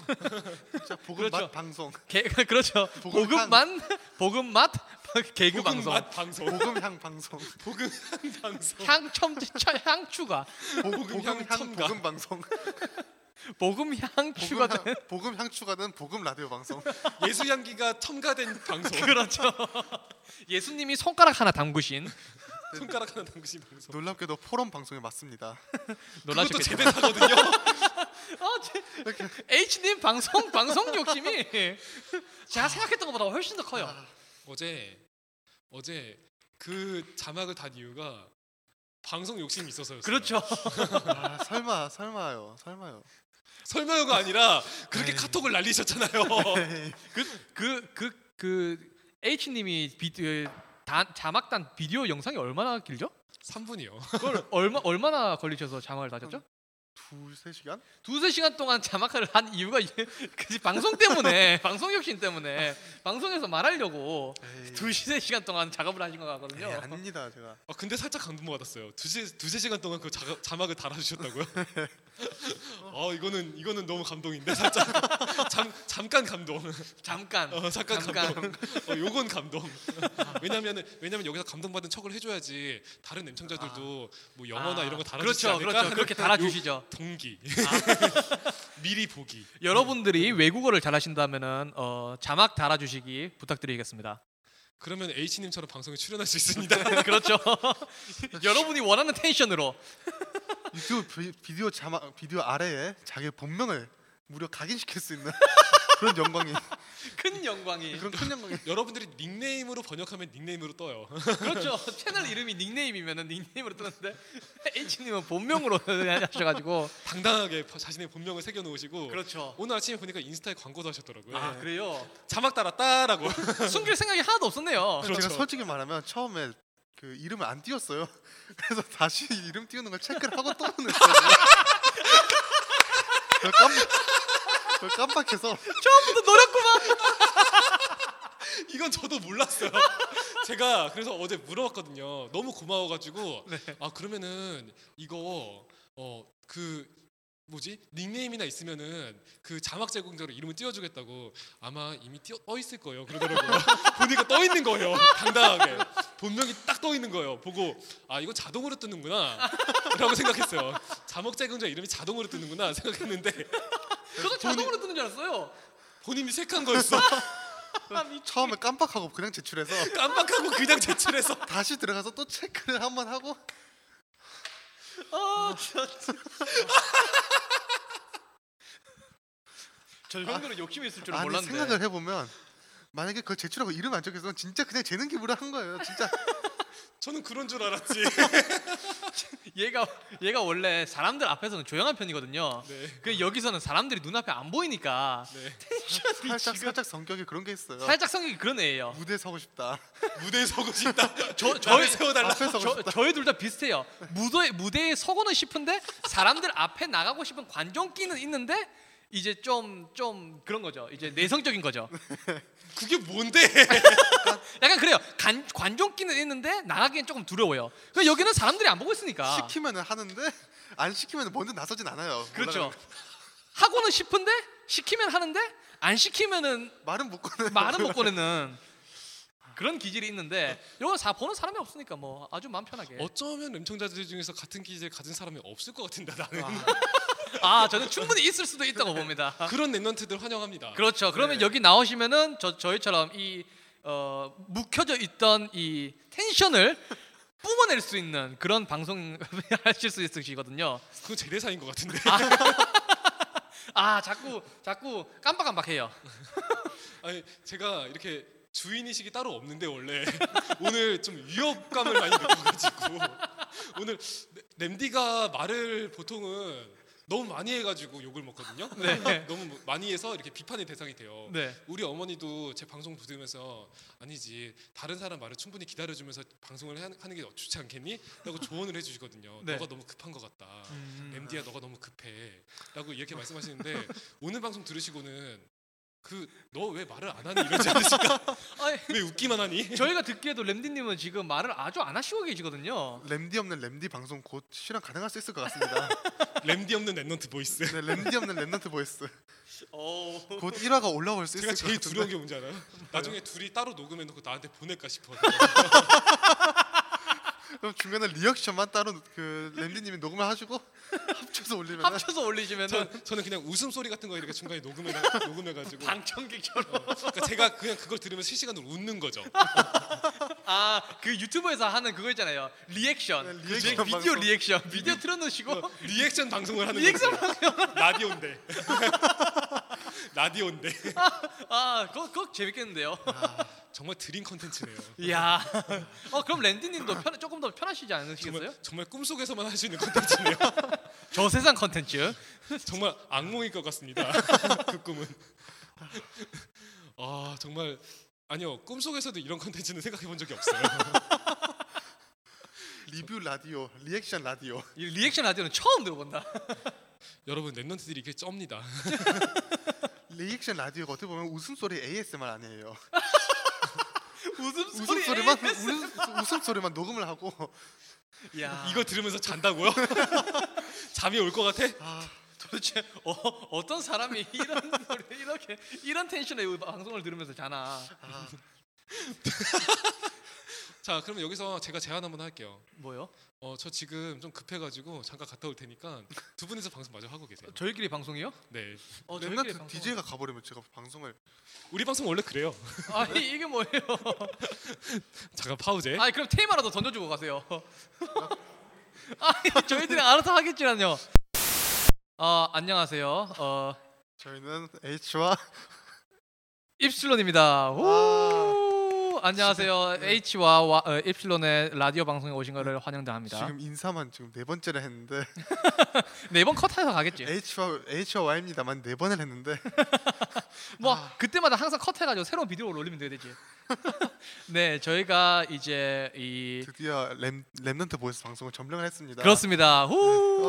Speaker 3: 진짜 복음
Speaker 2: 그렇죠.
Speaker 3: 맛 방송
Speaker 2: 개, 그렇죠.
Speaker 3: 복음 향.
Speaker 2: 보급만 보급 맛 개그
Speaker 1: 복음
Speaker 2: 방송.
Speaker 1: 맛 방송.
Speaker 3: 복음 향 방송
Speaker 1: 복음 방송.
Speaker 2: 향첨 향추가
Speaker 3: 보- 복음
Speaker 1: 향
Speaker 3: 향
Speaker 1: 첨가.
Speaker 3: 복음 방송
Speaker 2: 복음 향추가
Speaker 3: 복음 향- 복음 향추가는 복음 라디오 방송.
Speaker 1: 예수 향기가 첨가된 방송
Speaker 2: 그렇죠. 예수님이 손가락 하나 담그신
Speaker 1: 손가락 하나 당신 방송
Speaker 3: 놀랍게도 포럼 방송에 맞습니다.
Speaker 1: 그것도
Speaker 2: 놀라셨겠죠.
Speaker 1: 재배사거든요
Speaker 2: 아, 제, H님 방송 방송 욕심이 제가 생각했던 것보다 훨씬 더 커요.
Speaker 1: 아, 어제 어제 그 자막을 단 이유가 방송 욕심이 있어서였어요
Speaker 2: 그렇죠.
Speaker 3: 아, 설마 설마요 설마요.
Speaker 1: 설명회가 아니라 그렇게
Speaker 3: 에이.
Speaker 2: 네.
Speaker 1: 카톡을 날리셨잖아요
Speaker 2: 그 그 그 H님이 비디오 단, 자막단 비디오 영상이 얼마나 길죠?
Speaker 1: 3분이요
Speaker 2: 그걸 얼마 얼마나 걸리셔서 자막을 다셨죠?
Speaker 3: 두세 시간?
Speaker 2: 두세 시간 동안 자막을 한 이유가 이게 그 방송 때문에 방송 욕심 때문에 방송에서 말하려고
Speaker 3: 에이,
Speaker 2: 두세 시간 동안 작업을 하신 것
Speaker 3: 에이,
Speaker 2: 같거든요.
Speaker 3: 아닙니다 제가.
Speaker 1: 아, 근데 살짝 감동 받았어요 두세, 두세 시간 동안 그 자, 자막을 달아주셨다고요? 아 이거는 이거는 너무 감동인데 살짝 잠, 잠깐 감동
Speaker 2: 잠깐.
Speaker 1: 어, 잠깐 감동. 어, 요건 감동. 왜냐면은 왜냐면 여기서 감동받은 척을 해줘야지 다른 엠청자들도 뭐 영어나
Speaker 2: 아,
Speaker 1: 이런 거 달아주지
Speaker 2: 그렇죠,
Speaker 1: 않을까?
Speaker 2: 그렇죠.
Speaker 1: 하는
Speaker 2: 그렇게 달아주시죠. 아.
Speaker 1: 동기. 미리 보기.
Speaker 2: 여러분들이 외국어를 잘하신다면은 어, 자막 달아주시기 부탁드리겠습니다.
Speaker 1: 그러면 H 님처럼 방송에 출연할 수 있습니다.
Speaker 2: 그렇죠. 여러분이 원하는 텐션으로
Speaker 3: 유튜브 비, 비디오 자막 비디오 아래에 자기 본명을 무려 각인시킬 수 있는 그런 영광이
Speaker 2: 큰 영광이.
Speaker 3: 그런 큰 영광이.
Speaker 1: 여러분들이 닉네임으로 번역하면 닉네임으로 떠요.
Speaker 2: 그렇죠. 채널 이름이 닉네임이면은 닉네임으로 뜨는데 H님은 본명으로 하셔가지고.
Speaker 1: 당당하게 바- 자신의 본명을 새겨 놓으시고
Speaker 2: 그렇죠.
Speaker 1: 오늘 아침에 보니까 인스타에 광고도 하셨더라고요.
Speaker 2: 아 그래요.
Speaker 1: 자막 달았다라고.
Speaker 2: 숨길 생각이 하나도 없었네요.
Speaker 1: 그렇죠.
Speaker 3: 제가 솔직히 말하면 처음에 그 이름을 안 띄웠어요. 그래서 다시 이름 띄우는 걸 체크를 하고 또 보냈어요. 저 깜빡, 저 깜빡해서
Speaker 2: 처음부터 노렸구만.
Speaker 1: 이건 저도 몰랐어요. 제가 그래서 어제 물어봤거든요. 너무 고마워가지고 아 그러면은 이거 어 그 뭐지 닉네임이나 있으면은 그 자막 제공자로 이름을 띄워주겠다고 아마 이미 띄어 떠 있을 거예요. 그러더라고요. 보니까 떠 있는 거예요. 당당하게 본명이 딱 떠 있는 거예요. 보고 아 이거 자동으로 뜨는구나라고 생각했어요. 자막 제공자 이름이 자동으로 뜨는구나 생각했는데
Speaker 2: 저도 자동으로 뜨는 줄 알았어요.
Speaker 1: 본인이 색한 거였어.
Speaker 2: 아,
Speaker 3: 처음에 깜빡하고 그냥 제출해서
Speaker 1: 깜빡하고 그냥 제출해서
Speaker 3: 다시 들어가서 또 체크를 한 번 하고
Speaker 2: 아, 진짜. 저 정도로 욕심이 있을 줄은
Speaker 3: 아니
Speaker 2: 몰랐는데.
Speaker 3: 생각을 해보면 만약에 그걸 제출하고 이름 안 적혔으면 진짜 그냥 재능 기부를 한 거예요. 진짜
Speaker 1: 저는 그런 줄 알았지.
Speaker 2: 얘가 얘가 원래 사람들 앞에서는 조용한 편이거든요.
Speaker 1: 네.
Speaker 2: 그 여기서는 사람들이 눈앞에 안 보이니까
Speaker 1: 네.
Speaker 3: 살짝 살짝 성격이 그런 게 있어요.
Speaker 2: 살짝 성격이 그런 애예요.
Speaker 3: 무대 서고 싶다.
Speaker 1: 무대에 서고 싶다.
Speaker 2: 저
Speaker 1: 나를 아,
Speaker 2: 저희
Speaker 1: 세워달라.
Speaker 3: 앞에 서고
Speaker 2: 아, 저,
Speaker 3: 싶다.
Speaker 2: 저희 둘 다 비슷해요. 무대 무대에 서고는 싶은데 사람들 앞에 나가고 싶은 관종 끼는 있는데 이제 좀 좀 그런 거죠. 이제 내성적인 거죠.
Speaker 1: 그게 뭔데?
Speaker 2: 약간 그래요. 관 관종 끼는 있는데 나가기엔 조금 두려워요. 그 여기는 사람들이 안 보고 있으니까.
Speaker 3: 시키면은 하는데 안 시키면 먼저 나서진 않아요.
Speaker 2: 그렇죠.
Speaker 3: 올라가면.
Speaker 2: 하고는 싶은데 시키면 하는데 안 시키면은
Speaker 3: 말은 못 꺼내.
Speaker 2: 말은 못 꺼내는 그런 기질이 있는데 이건 사 보는 사람이 없으니까 뭐 아주 마음 편하게.
Speaker 1: 어쩌면 음청자들 중에서 같은 기질 가진 사람이 없을 것 같은데 나는
Speaker 2: 아 저는 충분히 있을 수도 있다고 봅니다.
Speaker 1: 그런 랩런트들 환영합니다.
Speaker 2: 그렇죠. 그러면 여기 나오시면은 저 저희처럼 이 어, 묵혀져 있던 이 텐션을 뿜어낼 수 있는 그런 방송 하실 수 있으시거든요.
Speaker 1: 그건 제 대사인 것 같은데.
Speaker 2: 아 자꾸 자꾸 깜빡깜빡해요.
Speaker 1: 아니 제가 이렇게 주인의식이 따로 없는데 원래 오늘 좀 위협감을 많이 느껴가지고 오늘 네, 램디가 말을 보통은 너무 많이 해가지고 욕을 먹거든요.
Speaker 2: 네.
Speaker 1: 너무 많이 해서 이렇게 비판의 대상이 돼요.
Speaker 2: 네.
Speaker 1: 우리 어머니도 제 방송 들으면서 아니지 다른 사람 말을 충분히 기다려주면서 방송을 하- 하는 게 좋지 않겠니? 라고 조언을 해주시거든요.
Speaker 2: 네.
Speaker 1: 너가 너무 급한 것 같다.
Speaker 3: 음.
Speaker 1: MD야 너가 너무 급해. 라고 이렇게 말씀하시는데 오늘 방송 들으시고는 그 너 왜 말을 안 하니 이러지 않으실까?
Speaker 2: 아니,
Speaker 1: 왜 웃기만 하니?
Speaker 2: 저희가 듣기에도 램디님은 지금 말을 아주 안 하시고 계시거든요.
Speaker 3: 램디 없는 램디 방송 곧 실현 가능할 수 있을 것 같습니다.
Speaker 1: 램디 없는 랩넌트 보이스.
Speaker 3: 네, 램디 없는 랩넌트 보이스
Speaker 2: 오.
Speaker 3: 곧 1화가 올라올 수
Speaker 1: 제가
Speaker 3: 있을 것
Speaker 1: 제일
Speaker 3: 같은데.
Speaker 1: 두려운 게 뭔지 알아요? 나중에 둘이 따로 녹음해놓고 나한테 보낼까 싶어.
Speaker 3: 그럼 중간에 리액션만 따로 그 램디님이 녹음을 하시고 합쳐서 올리면
Speaker 2: 합쳐서 올리시면 은
Speaker 1: 전, 저는 그냥 웃음 소리 같은 거 이렇게 중간에 녹음해 녹음해 가지고
Speaker 2: 방청객처럼
Speaker 1: 그러니까 제가 그냥 그걸 들으면 실시간으로 웃는 거죠.
Speaker 2: 아 그 유튜브에서 하는 그거 있잖아요 리액션
Speaker 3: 네,
Speaker 2: 그
Speaker 3: 리액션
Speaker 2: 제- 비디오
Speaker 3: 방송.
Speaker 2: 리액션 비디오 틀어놓으시고
Speaker 1: 어, 리액션 방송을 하는
Speaker 2: 리액션
Speaker 1: 거죠. 라디오인데. 라디오인데.
Speaker 2: 아 그거, 그거 재밌겠는데요
Speaker 1: 정말 드림 컨텐츠네요.
Speaker 2: 이야 어 그럼 랜디님도 편, 조금 더 편하시지 않으시겠어요?
Speaker 1: 정말, 정말 꿈속에서만 할 수 있는 컨텐츠네요.
Speaker 2: 저 세상 컨텐츠
Speaker 1: 정말 악몽일 것 같습니다. 그 꿈은. 아 정말 아니요 꿈속에서도 이런 컨텐츠는 생각해 본 적이 없어요.
Speaker 3: 리뷰 라디오, 리액션 라디오.
Speaker 2: 이 리액션 라디오는 처음 들어본다
Speaker 1: 여러분 랩런트들이 이렇게 쩝니다.
Speaker 3: 리액션 라디오가 어떻게 보면 웃음소리 ASMR 아니에요.
Speaker 2: 웃음소리
Speaker 3: 웃음소리만
Speaker 2: AS.
Speaker 3: 웃음, 웃음소리만 녹음을 하고
Speaker 2: 이야
Speaker 1: 이거 들으면서 잔다고요? 잠이 올 것 같아?
Speaker 2: 도대체 어, 어떤 사람이 이런 소리 이렇게 이런 텐션의 방송을 들으면서 자나
Speaker 1: 자 그럼 여기서 제가 제안 한번 할게요.
Speaker 2: 뭐요?
Speaker 1: 어 저 지금 좀 급해가지고 잠깐 갔다 올 테니까 두 분이서 방송 마저 하고 계세요.
Speaker 2: 저희끼리 방송이요?
Speaker 1: 네
Speaker 2: 어, 저희끼리
Speaker 3: 랩나트
Speaker 2: 방송.
Speaker 3: 그 DJ가 가버리면 제가 방송을
Speaker 1: 우리 방송 원래 그래요.
Speaker 2: 아 이- 이게 뭐예요?
Speaker 1: 잠깐 파우제.
Speaker 2: 아 그럼 테이마라도 던져주고 가세요. 아 저희들이 알아서 하겠지만요. 어 안녕하세요. 어
Speaker 3: 저희는 H와
Speaker 2: 입실론입니다. 우! 안녕하세요. H와 와, 어, 입실론의 라디오 방송에 오신 거를 환영합니다.
Speaker 3: 지금 인사만 지금 네 번째를 했는데
Speaker 2: 네 이번 컷해서 가겠지.
Speaker 3: H와 H와 Y입니다만 네 번을 했는데
Speaker 2: 뭐 그때마다 항상 컷해가지고 새로운 비디오를 올리면 되겠지. 네 저희가 이제 이
Speaker 3: 드디어 랩 랩넌트 보이스 방송을 점령을 했습니다.
Speaker 2: 예. 그렇습니다. 네. 후!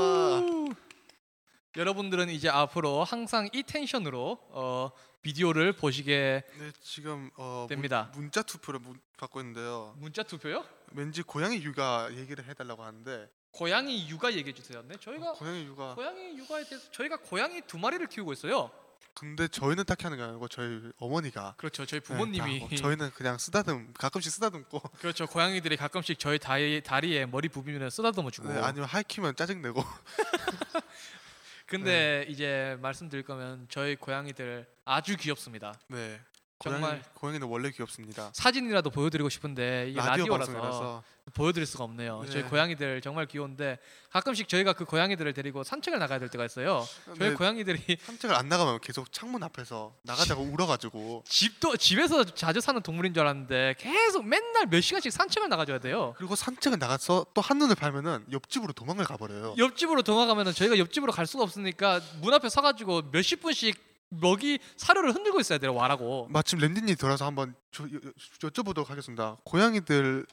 Speaker 3: 와.
Speaker 2: 여러분들은 이제 앞으로 항상 이 텐션으로 어, 비디오를 보시게
Speaker 3: 네 지금 어, 문-
Speaker 2: 됩니다.
Speaker 3: 문자 투표를 문- 받고 있는데요.
Speaker 2: 문자 투표요?
Speaker 3: 왠지 고양이 육아 얘기를 해달라고 하는데
Speaker 2: 고양이 육아 얘기해 주세요. 네, 저희가
Speaker 3: 고양이 육아
Speaker 2: 고양이 육아에 대해서 저희가 고양이 두 마리를 키우고 있어요.
Speaker 3: 근데 저희는 딱히 하는 게 아니고 저희 어머니가
Speaker 2: 그렇죠. 저희
Speaker 3: 네,
Speaker 2: 부모님이
Speaker 3: 다 뭐- 저희는 그냥 쓰다듬 가끔씩 쓰다듬고
Speaker 2: 그렇죠. 고양이들이 가끔씩 저희 다리, 다리에 머리 부분을 쓰다듬어 주고.
Speaker 3: 네, 아니면 하이키면 짜증 내고
Speaker 2: 근데
Speaker 3: 네.
Speaker 2: 이제 말씀드릴 거면 저희 고양이들 아주 귀엽습니다.
Speaker 3: 네 고양이,
Speaker 2: 정말
Speaker 3: 고양이는 원래 귀엽습니다.
Speaker 2: 사진이라도 보여드리고 싶은데 이게
Speaker 3: 라디오,
Speaker 2: 라디오라서
Speaker 3: 방송이라서
Speaker 2: 보여드릴 수가 없네요.
Speaker 3: 네.
Speaker 2: 저희 고양이들 정말 귀여운데 가끔씩 저희가 그 고양이들을 데리고 산책을 나가야 될 때가 있어요. 저희 그
Speaker 3: 네,
Speaker 2: 고양이들이
Speaker 3: 산책을 안 나가면 계속 창문 앞에서 나가자고 울어가지고
Speaker 2: 집도 집에서 자주 사는 동물인 줄 알았는데 계속 맨날 몇 시간씩 산책을 나가줘야 돼요.
Speaker 3: 그리고 산책을 나가서 또 한눈을 팔면은 옆집으로 도망을 가버려요.
Speaker 2: 옆집으로 도망가면은 저희가 옆집으로 갈 수가 없으니까 문 앞에 서가지고 몇십 분씩 먹이 사료를 흔들고 있어야 돼요. 와라고.
Speaker 3: 마침 랜디님 돌아서 한번 저, 여, 여- 여쭤보도록 하겠습니다. 고양이들이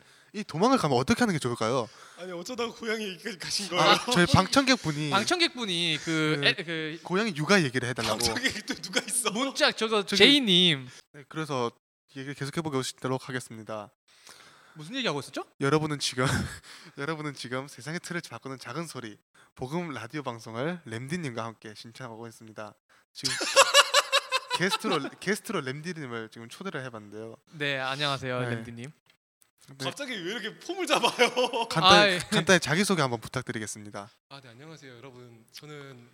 Speaker 3: 도망을 가면 어떻게 하는 게 좋을까요?
Speaker 1: 아니 어쩌다가 고양이 얘기까지 가신 거예요?
Speaker 3: 아, 저희 방청객 분이
Speaker 2: 방청객분이 그,
Speaker 3: 네.
Speaker 2: 에, 그
Speaker 3: 고양이 육아 얘기를 해달라고.
Speaker 1: 갑자기 또 누가 있어?
Speaker 2: 문자 저거
Speaker 3: 저기-
Speaker 2: 제이님
Speaker 3: 네, 그래서 얘기를 계속 해보도록 하겠습니다.
Speaker 2: 무슨 얘기 하고 있었죠?
Speaker 3: 여러분은 지금 여러분은 지금 세상의 틀을 바꾸는 작은 소리 복음 라디오 방송을 램디님과 함께 신청하고 있습니다. 지금 게스트로 게스트로 램디님을 지금 초대를 해봤는데요.
Speaker 2: 네 안녕하세요
Speaker 3: 네.
Speaker 2: 램디님.
Speaker 3: 네,
Speaker 1: 갑자기 왜 이렇게 폼을 잡아요?
Speaker 3: 간단히
Speaker 2: 아이. 어.
Speaker 3: 간단히 자기 소개 한번 부탁드리겠습니다.
Speaker 1: 아 네 안녕하세요 여러분. 저는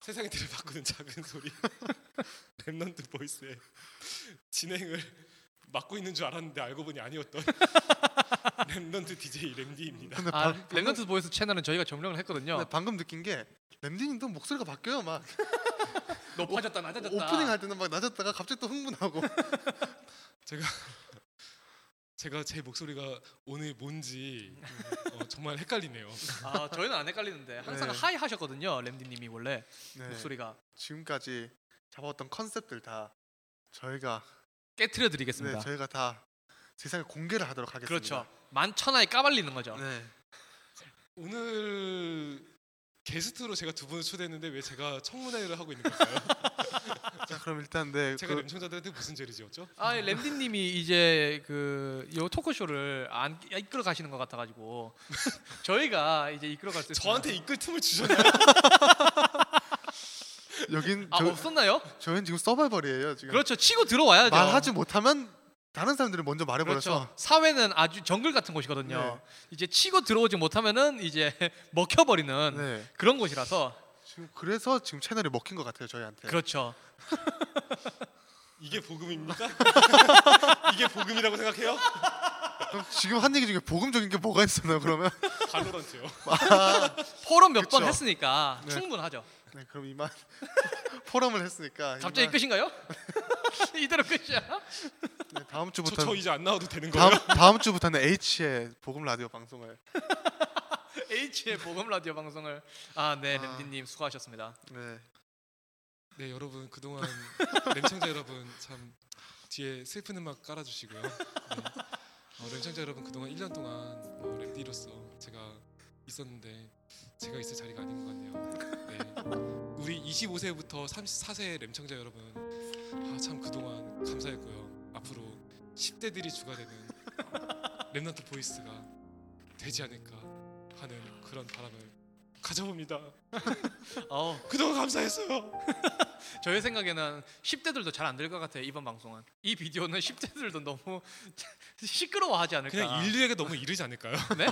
Speaker 1: 세상의 틀을 바꾸는 작은 소리 랩넌트 보이스의 진행을 맡고 있는 줄 알았는데 알고 보니 아니었던 랩넌트 DJ 램디입니다.
Speaker 3: 근데
Speaker 2: 아
Speaker 3: 방-
Speaker 2: 랩넌트 보이스 채널은 저희가 점령을 했거든요.
Speaker 3: 근데 방금 느낀 게 램디님도 목소리가 바뀌어요. 막
Speaker 2: 높아졌다 낮아졌다.
Speaker 3: 오프닝 할 때는 막 낮았다가 갑자기 또 흥분하고
Speaker 1: 제가 제 목소리가 오늘 뭔지 어, 정말 헷갈리네요.
Speaker 2: 아 저희는 안 헷갈리는데 항상
Speaker 3: 네.
Speaker 2: 하이 하셨거든요 램디님이 원래
Speaker 3: 네,
Speaker 2: 목소리가
Speaker 3: 지금까지 잡아왔던 컨셉들 다 저희가
Speaker 2: 깨트려
Speaker 3: 네,
Speaker 2: 드리겠습니다.
Speaker 3: 저희가 다 세상에 공개를 하도록 하겠습니다.
Speaker 2: 그렇죠. 만천하에 까발리는 거죠.
Speaker 3: 네.
Speaker 1: 오늘 게스트로 제가 두 분을 초대했는데 왜 제가 청문회를 하고 있는 걸까요?
Speaker 3: 자 그럼 일단 네
Speaker 1: 제가
Speaker 3: 그-
Speaker 1: 램청자들한테 무슨 죄를 지었죠?
Speaker 2: 아 램디님이 이제 그 요 토크쇼를 안 이끌어 가시는 것 같아가지고 저희가 이제 이끌어 갈수
Speaker 1: 저한테 이끌 틈을 주셨나요?
Speaker 3: 여긴
Speaker 2: 아
Speaker 3: 저,
Speaker 2: 없었나요? 아,
Speaker 3: 저희는 지금 서바이벌이에요 지금
Speaker 2: 그렇죠. 치고 들어와야죠.
Speaker 3: 말하지 못하면 다른 사람들이 먼저 말해버려서
Speaker 2: 그렇죠. 사회는 아주 정글 같은 곳이거든요.
Speaker 3: 네.
Speaker 2: 이제 치고 들어오지 못하면은 이제 먹혀버리는
Speaker 3: 네.
Speaker 2: 그런 곳이라서
Speaker 3: 지금 그래서 지금 채널이 먹힌 것 같아요 저희한테.
Speaker 2: 그렇죠.
Speaker 1: 이게 복음입니까? 이게 복음이라고 생각해요?
Speaker 3: 그럼 지금 한 얘기 중에 복음적인 게 뭐가 있었나요 그러면?
Speaker 1: 발로란트요.
Speaker 2: 포럼 몇 번
Speaker 3: 그렇죠.
Speaker 2: 했으니까
Speaker 3: 네.
Speaker 2: 충분하죠.
Speaker 3: 네 그럼 이만 포럼을 했으니까
Speaker 2: 갑자기
Speaker 3: 이만-
Speaker 2: 끝인가요? 이대로 끝이야?
Speaker 3: 네, 다음
Speaker 1: 저,
Speaker 3: 주부터
Speaker 1: 저 이제 안 나와도 되는 거예요?
Speaker 3: 다음 다음 주부터는 H의 복음 라디오 방송을
Speaker 2: H의 보금 라디오 방송을 아네
Speaker 3: 아.
Speaker 2: 램디님 수고하셨습니다.
Speaker 3: 네
Speaker 1: 네 여러분 그동안 램청자 여러분 참 뒤에 슬픈 음악 깔아주시고요. 네. 어, 램청자 여러분 그동안 1년 동안 어, 램디로서 제가 있었는데 제가 있을 자리가 아닌 것 같네요. 네. 우리 25세부터 34세 램청자 여러분 아, 참 그동안 감사했고요. 앞으로 10대들이 주가 되는 램넌트 보이스가 되지 않을까 하는 그런 바람을 가져봅니다.
Speaker 2: 어
Speaker 1: 그동안 감사했어요.
Speaker 2: 저의 생각에는 10대들도 잘 안 될 것 같아요 이번 방송은 이 비디오는 10대들도 너무 시끄러워하지 않을까.
Speaker 1: 그냥 인류에게 너무 이르지 않을까요?
Speaker 2: 네?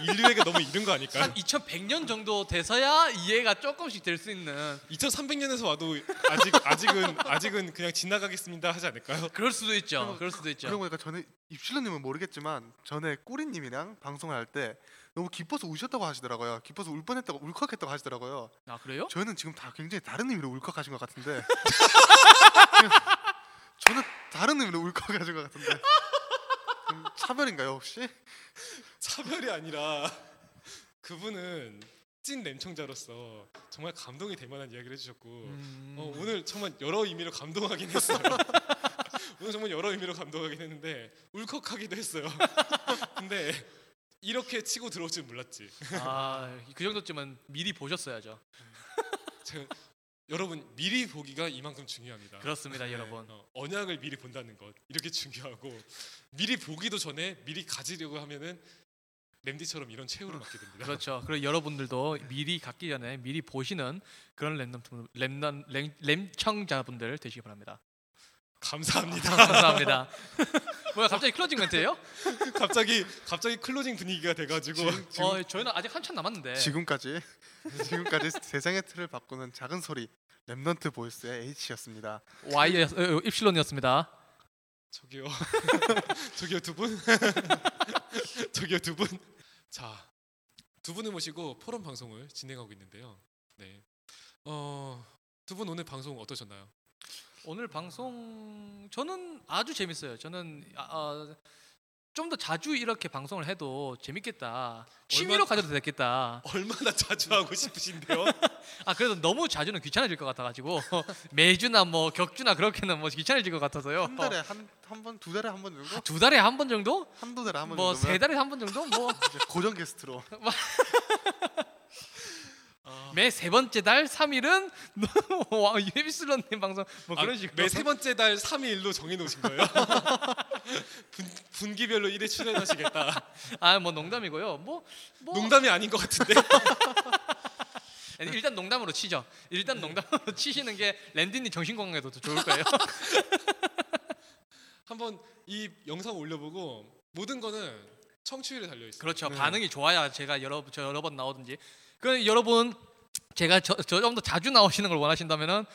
Speaker 1: 그냥 인류에게 너무 이른 거
Speaker 2: 한
Speaker 1: 아닐까요?
Speaker 2: 2100년 정도 돼서야 이해가 조금씩 될 수 있는
Speaker 1: 2300년에서 와도 아직 아직은 아직은 그냥 지나가겠습니다 하지 않을까요?
Speaker 2: 그럴 수도 있죠. 그럴 수도 있죠.
Speaker 3: 그러고 보니까 전에 입실러님은 모르겠지만 전에 꼬리님이랑 방송을 할 때 너무 기뻐서 우셨다고 하시더라고요 기뻐서 울 뻔했다고 울컥했다고 하시더라고요
Speaker 2: 아 그래요?
Speaker 3: 저희는 지금 다 굉장히 다른 의미로 울컥하신 것 같은데 저는 다른 의미로 울컥하신 것 같은데 좀 차별인가요 혹시?
Speaker 1: 차별이 아니라 그분은 찐 램청자로서 정말 감동이 될 만한 이야기를 해주셨고
Speaker 2: 음.
Speaker 1: 어, 오늘 정말 여러 의미로 감동하긴 했어요. 오늘 정말 여러 의미로 감동하긴 했는데 울컥하기도 했어요. 근데 이렇게 치고 들어올 줄 몰랐지.
Speaker 2: 아그 정도쯤은 미리 보셨어야죠.
Speaker 1: 제가- 여러분 미리 보기가 이만큼 중요합니다.
Speaker 2: 그렇습니다,
Speaker 1: 네,
Speaker 2: 여러분.
Speaker 1: 어, 언약을 미리 본다는 것 이렇게 중요하고 미리 보기도 전에 미리 가지려고 하면은 램디처럼 이런 최후를 맞게 됩니다.
Speaker 2: 그렇죠. 그리고 여러분들도 미리 갖기 전에 미리 보시는 그런 랜덤 분- 랜덤 랜- 램청자분들 되시기 바랍니다.
Speaker 1: 감사합니다.
Speaker 2: 감사합니다. 뭐야 갑자기 클로징 멘트예요?
Speaker 1: 갑자기 갑자기 클로징 분위기가 돼가지고
Speaker 2: 어, 저희는 아직 한참 남았는데.
Speaker 3: 지금까지 지금까지 세상의 틀을 바꾸는 작은 소리 랩넌트 보이스의 H였습니다
Speaker 2: Y 어, 입실론이었습니다.
Speaker 1: 저기요 저기요 두 분, 저기요 두 분. 자 두 분을 모시고 포럼 방송을 진행하고 있는데요. 네, 어두 분 오늘 방송 어떠셨나요?
Speaker 2: 오늘 방송 저는 아주 재밌어요. 저는 좀 더 자주 이렇게 방송을 해도 재밌겠다. 취미로
Speaker 1: 얼마-
Speaker 2: 가져도 됐겠다.
Speaker 1: 얼마나 자주 하고 싶으신데요?
Speaker 2: 아 그래도 너무 자주는 귀찮아질 것 같아가지고 매주나 뭐 격주나 그렇게는 뭐 귀찮아질 것 같아서요. 어,
Speaker 3: 한 달에 한한번두 달에 한 번 정도?
Speaker 2: 두 달에 한 번 정도?
Speaker 3: 한두 달에 한 번
Speaker 2: 뭐
Speaker 3: 정도면 아.
Speaker 2: 세 달에 한 번 정도? 뭐 매
Speaker 3: 이제 고정 게스트로
Speaker 2: 세 번째 달 3일은 뭐, 와 예비슬런님 방송
Speaker 3: 아,
Speaker 2: 뭐 그런 식으로
Speaker 1: 아, 매 세 번째 달 3일로 정해놓으신 거예요? 분, 분기별로 일에 출연하시겠다.
Speaker 2: 아뭐 농담이고요. 뭐, 뭐
Speaker 1: 농담이 아닌 것 같은데.
Speaker 2: 아니, 일단 농담으로 치죠.
Speaker 3: 네.
Speaker 2: 일단 농담으로 치시는 게 랜디님 정신 건강에도 더 좋을 거예요.
Speaker 1: 한번 이 영상 올려보고 모든 거는 청취율에 달려 있어요.
Speaker 2: 그렇죠.
Speaker 3: 네.
Speaker 2: 반응이 좋아야 제가 여러 저 여러 번 나오든지. 그 여러분 제가 저좀더 자주 나오시는 걸 원하신다면은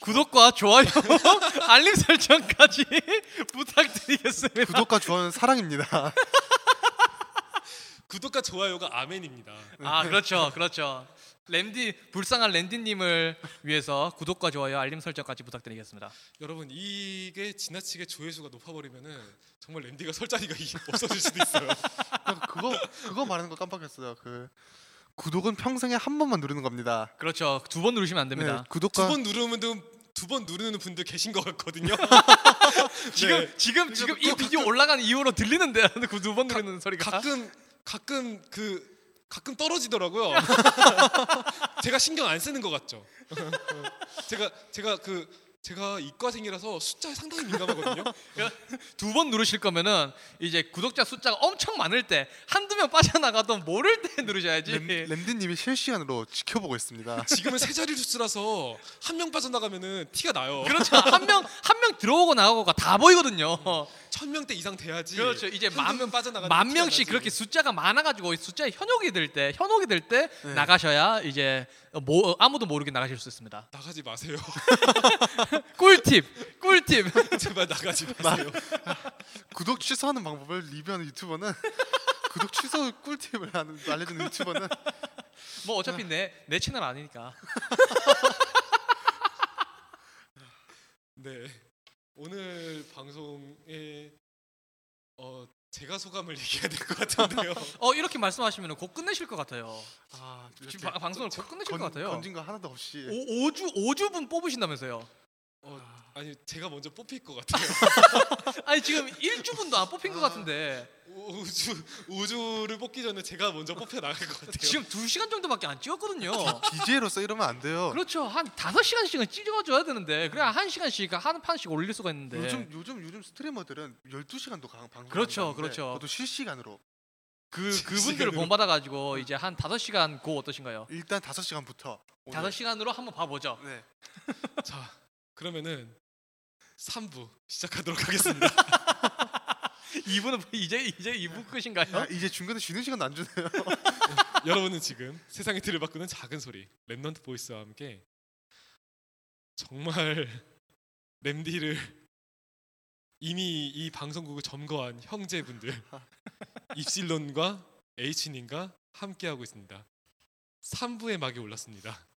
Speaker 2: 구독과 좋아요, 알림 설정까지 부탁드리겠습니다.
Speaker 3: 구독과 좋아요는 사랑입니다
Speaker 1: 구독과 좋아요가 아멘입니다.
Speaker 2: 아 그렇죠, 그렇죠. 랜디 불쌍한 랜디님을 위해서 구독과 좋아요, 알림 설정까지 부탁드리겠습니다.
Speaker 1: 여러분 이게 지나치게 조회수가 높아버리면은 정말 랜디가 설 자리가 이- 없어질 수도 있어요.
Speaker 3: 아, 그거 그거 말하는 거 깜빡했어요. 그 구독은 평생에 한 번만 누르는 겁니다.
Speaker 2: 그렇죠. 두 번 누르시면 안 됩니다.
Speaker 3: 네, 구독과
Speaker 1: 두 번 누르면 두 번 누르는 분들 계신 것 같거든요.
Speaker 2: 지금
Speaker 1: 네.
Speaker 2: 지금 지금 이 비디오 올라간 이후로 들리는데 그 두 번 누르는 소리가
Speaker 1: 가끔 가끔 그 가끔 떨어지더라고요. 제가 신경 안 쓰는 것 같죠. 제가 제가 그 제가 이과생이라서 숫자에 상당히 민감하거든요.
Speaker 2: 두 번 누르실 거면은 이제 구독자 숫자가 엄청 많을 때 한두 명 빠져나가도 모를 때 누르셔야지.
Speaker 3: 램, 램디님이 실시간으로 지켜보고 있습니다.
Speaker 1: 지금은 세 자리 수라서 한 명 빠져나가면은 티가 나요.
Speaker 2: 그렇죠. 한 명 한 명 들어오고 나가고가 다 보이거든요.
Speaker 1: 천 명대 이상 돼야지.
Speaker 2: 그렇죠. 이제
Speaker 1: 한두
Speaker 2: 만-
Speaker 1: 명 빠져나가는
Speaker 2: 만
Speaker 1: 티가
Speaker 2: 명씩
Speaker 1: 나지.
Speaker 2: 그렇게 숫자가 많아가지고 숫자에 현혹이 될 때 현혹이 될 때
Speaker 3: 네.
Speaker 2: 나가셔야 이제 모, 아무도 모르게 나가실 수 있습니다.
Speaker 1: 나가지 마세요.
Speaker 2: 꿀팁, 꿀팁.
Speaker 1: 제발 나가지 마세요.
Speaker 3: 구독 취소하는 방법을 리뷰하는 유튜버는 구독 취소 꿀팁을 하는- 알려주는 유튜버는
Speaker 2: 뭐 어차피 내 내 채널 아니니까.
Speaker 1: 네. 오늘 방송에 어 제가 소감을 얘기해야 될 것 같은데요.
Speaker 2: 어 이렇게 말씀하시면 곧 끝내실 것 같아요.
Speaker 3: 아, 이렇게
Speaker 2: 지금 바- 방송을 곧 끝내실
Speaker 3: 건-
Speaker 2: 것 같아요.
Speaker 3: 건진 거 하나도 없이
Speaker 2: 오, 5주 5주분 뽑으신다면서요.
Speaker 1: 어, 아니 제가 먼저 뽑힐 것 같아요.
Speaker 2: 아니 지금 1주분도 안 뽑힌 것 같은데
Speaker 1: 우- 우주 우주를 뽑기 전에 제가 먼저 뽑혀 나갈 것 같아요.
Speaker 2: 지금 2시간 정도밖에 안 찍었거든요.
Speaker 3: DJ로서 이러면 안 돼요.
Speaker 2: 그렇죠. 한 5시간씩은 찍어줘야 되는데 그래야 한시간씩한 판씩 올릴 수가 있는데
Speaker 3: 요즘 요즘 요즘 스트리머들은 12시간도 방송
Speaker 2: 네. 그렇죠, 그렇죠.
Speaker 3: 그것도 실시간으로
Speaker 2: 그, 그분들을
Speaker 1: 시간으로.
Speaker 2: 본받아가지고 이제 한 5시간 고 어떠신가요? 네.
Speaker 3: 일단 5시간부터 오늘-
Speaker 2: 5시간으로 한번 봐보죠.
Speaker 3: 네.
Speaker 1: 자 그러면은 3부 시작하도록 하겠습니다.
Speaker 2: 이분은 이제 이제 이분
Speaker 3: 야,
Speaker 2: 끝인가요?
Speaker 3: 이제 중간에 쉬는 시간도 안 주네요.
Speaker 1: 여러분은 지금 세상의 틀을 바꾸는 작은 소리 랩넌트 보이스와 함께 정말 램디를 이미 이 방송국을 점거한 형제분들 입실론과 H님과 함께하고 있습니다. 3부의 막이 올랐습니다.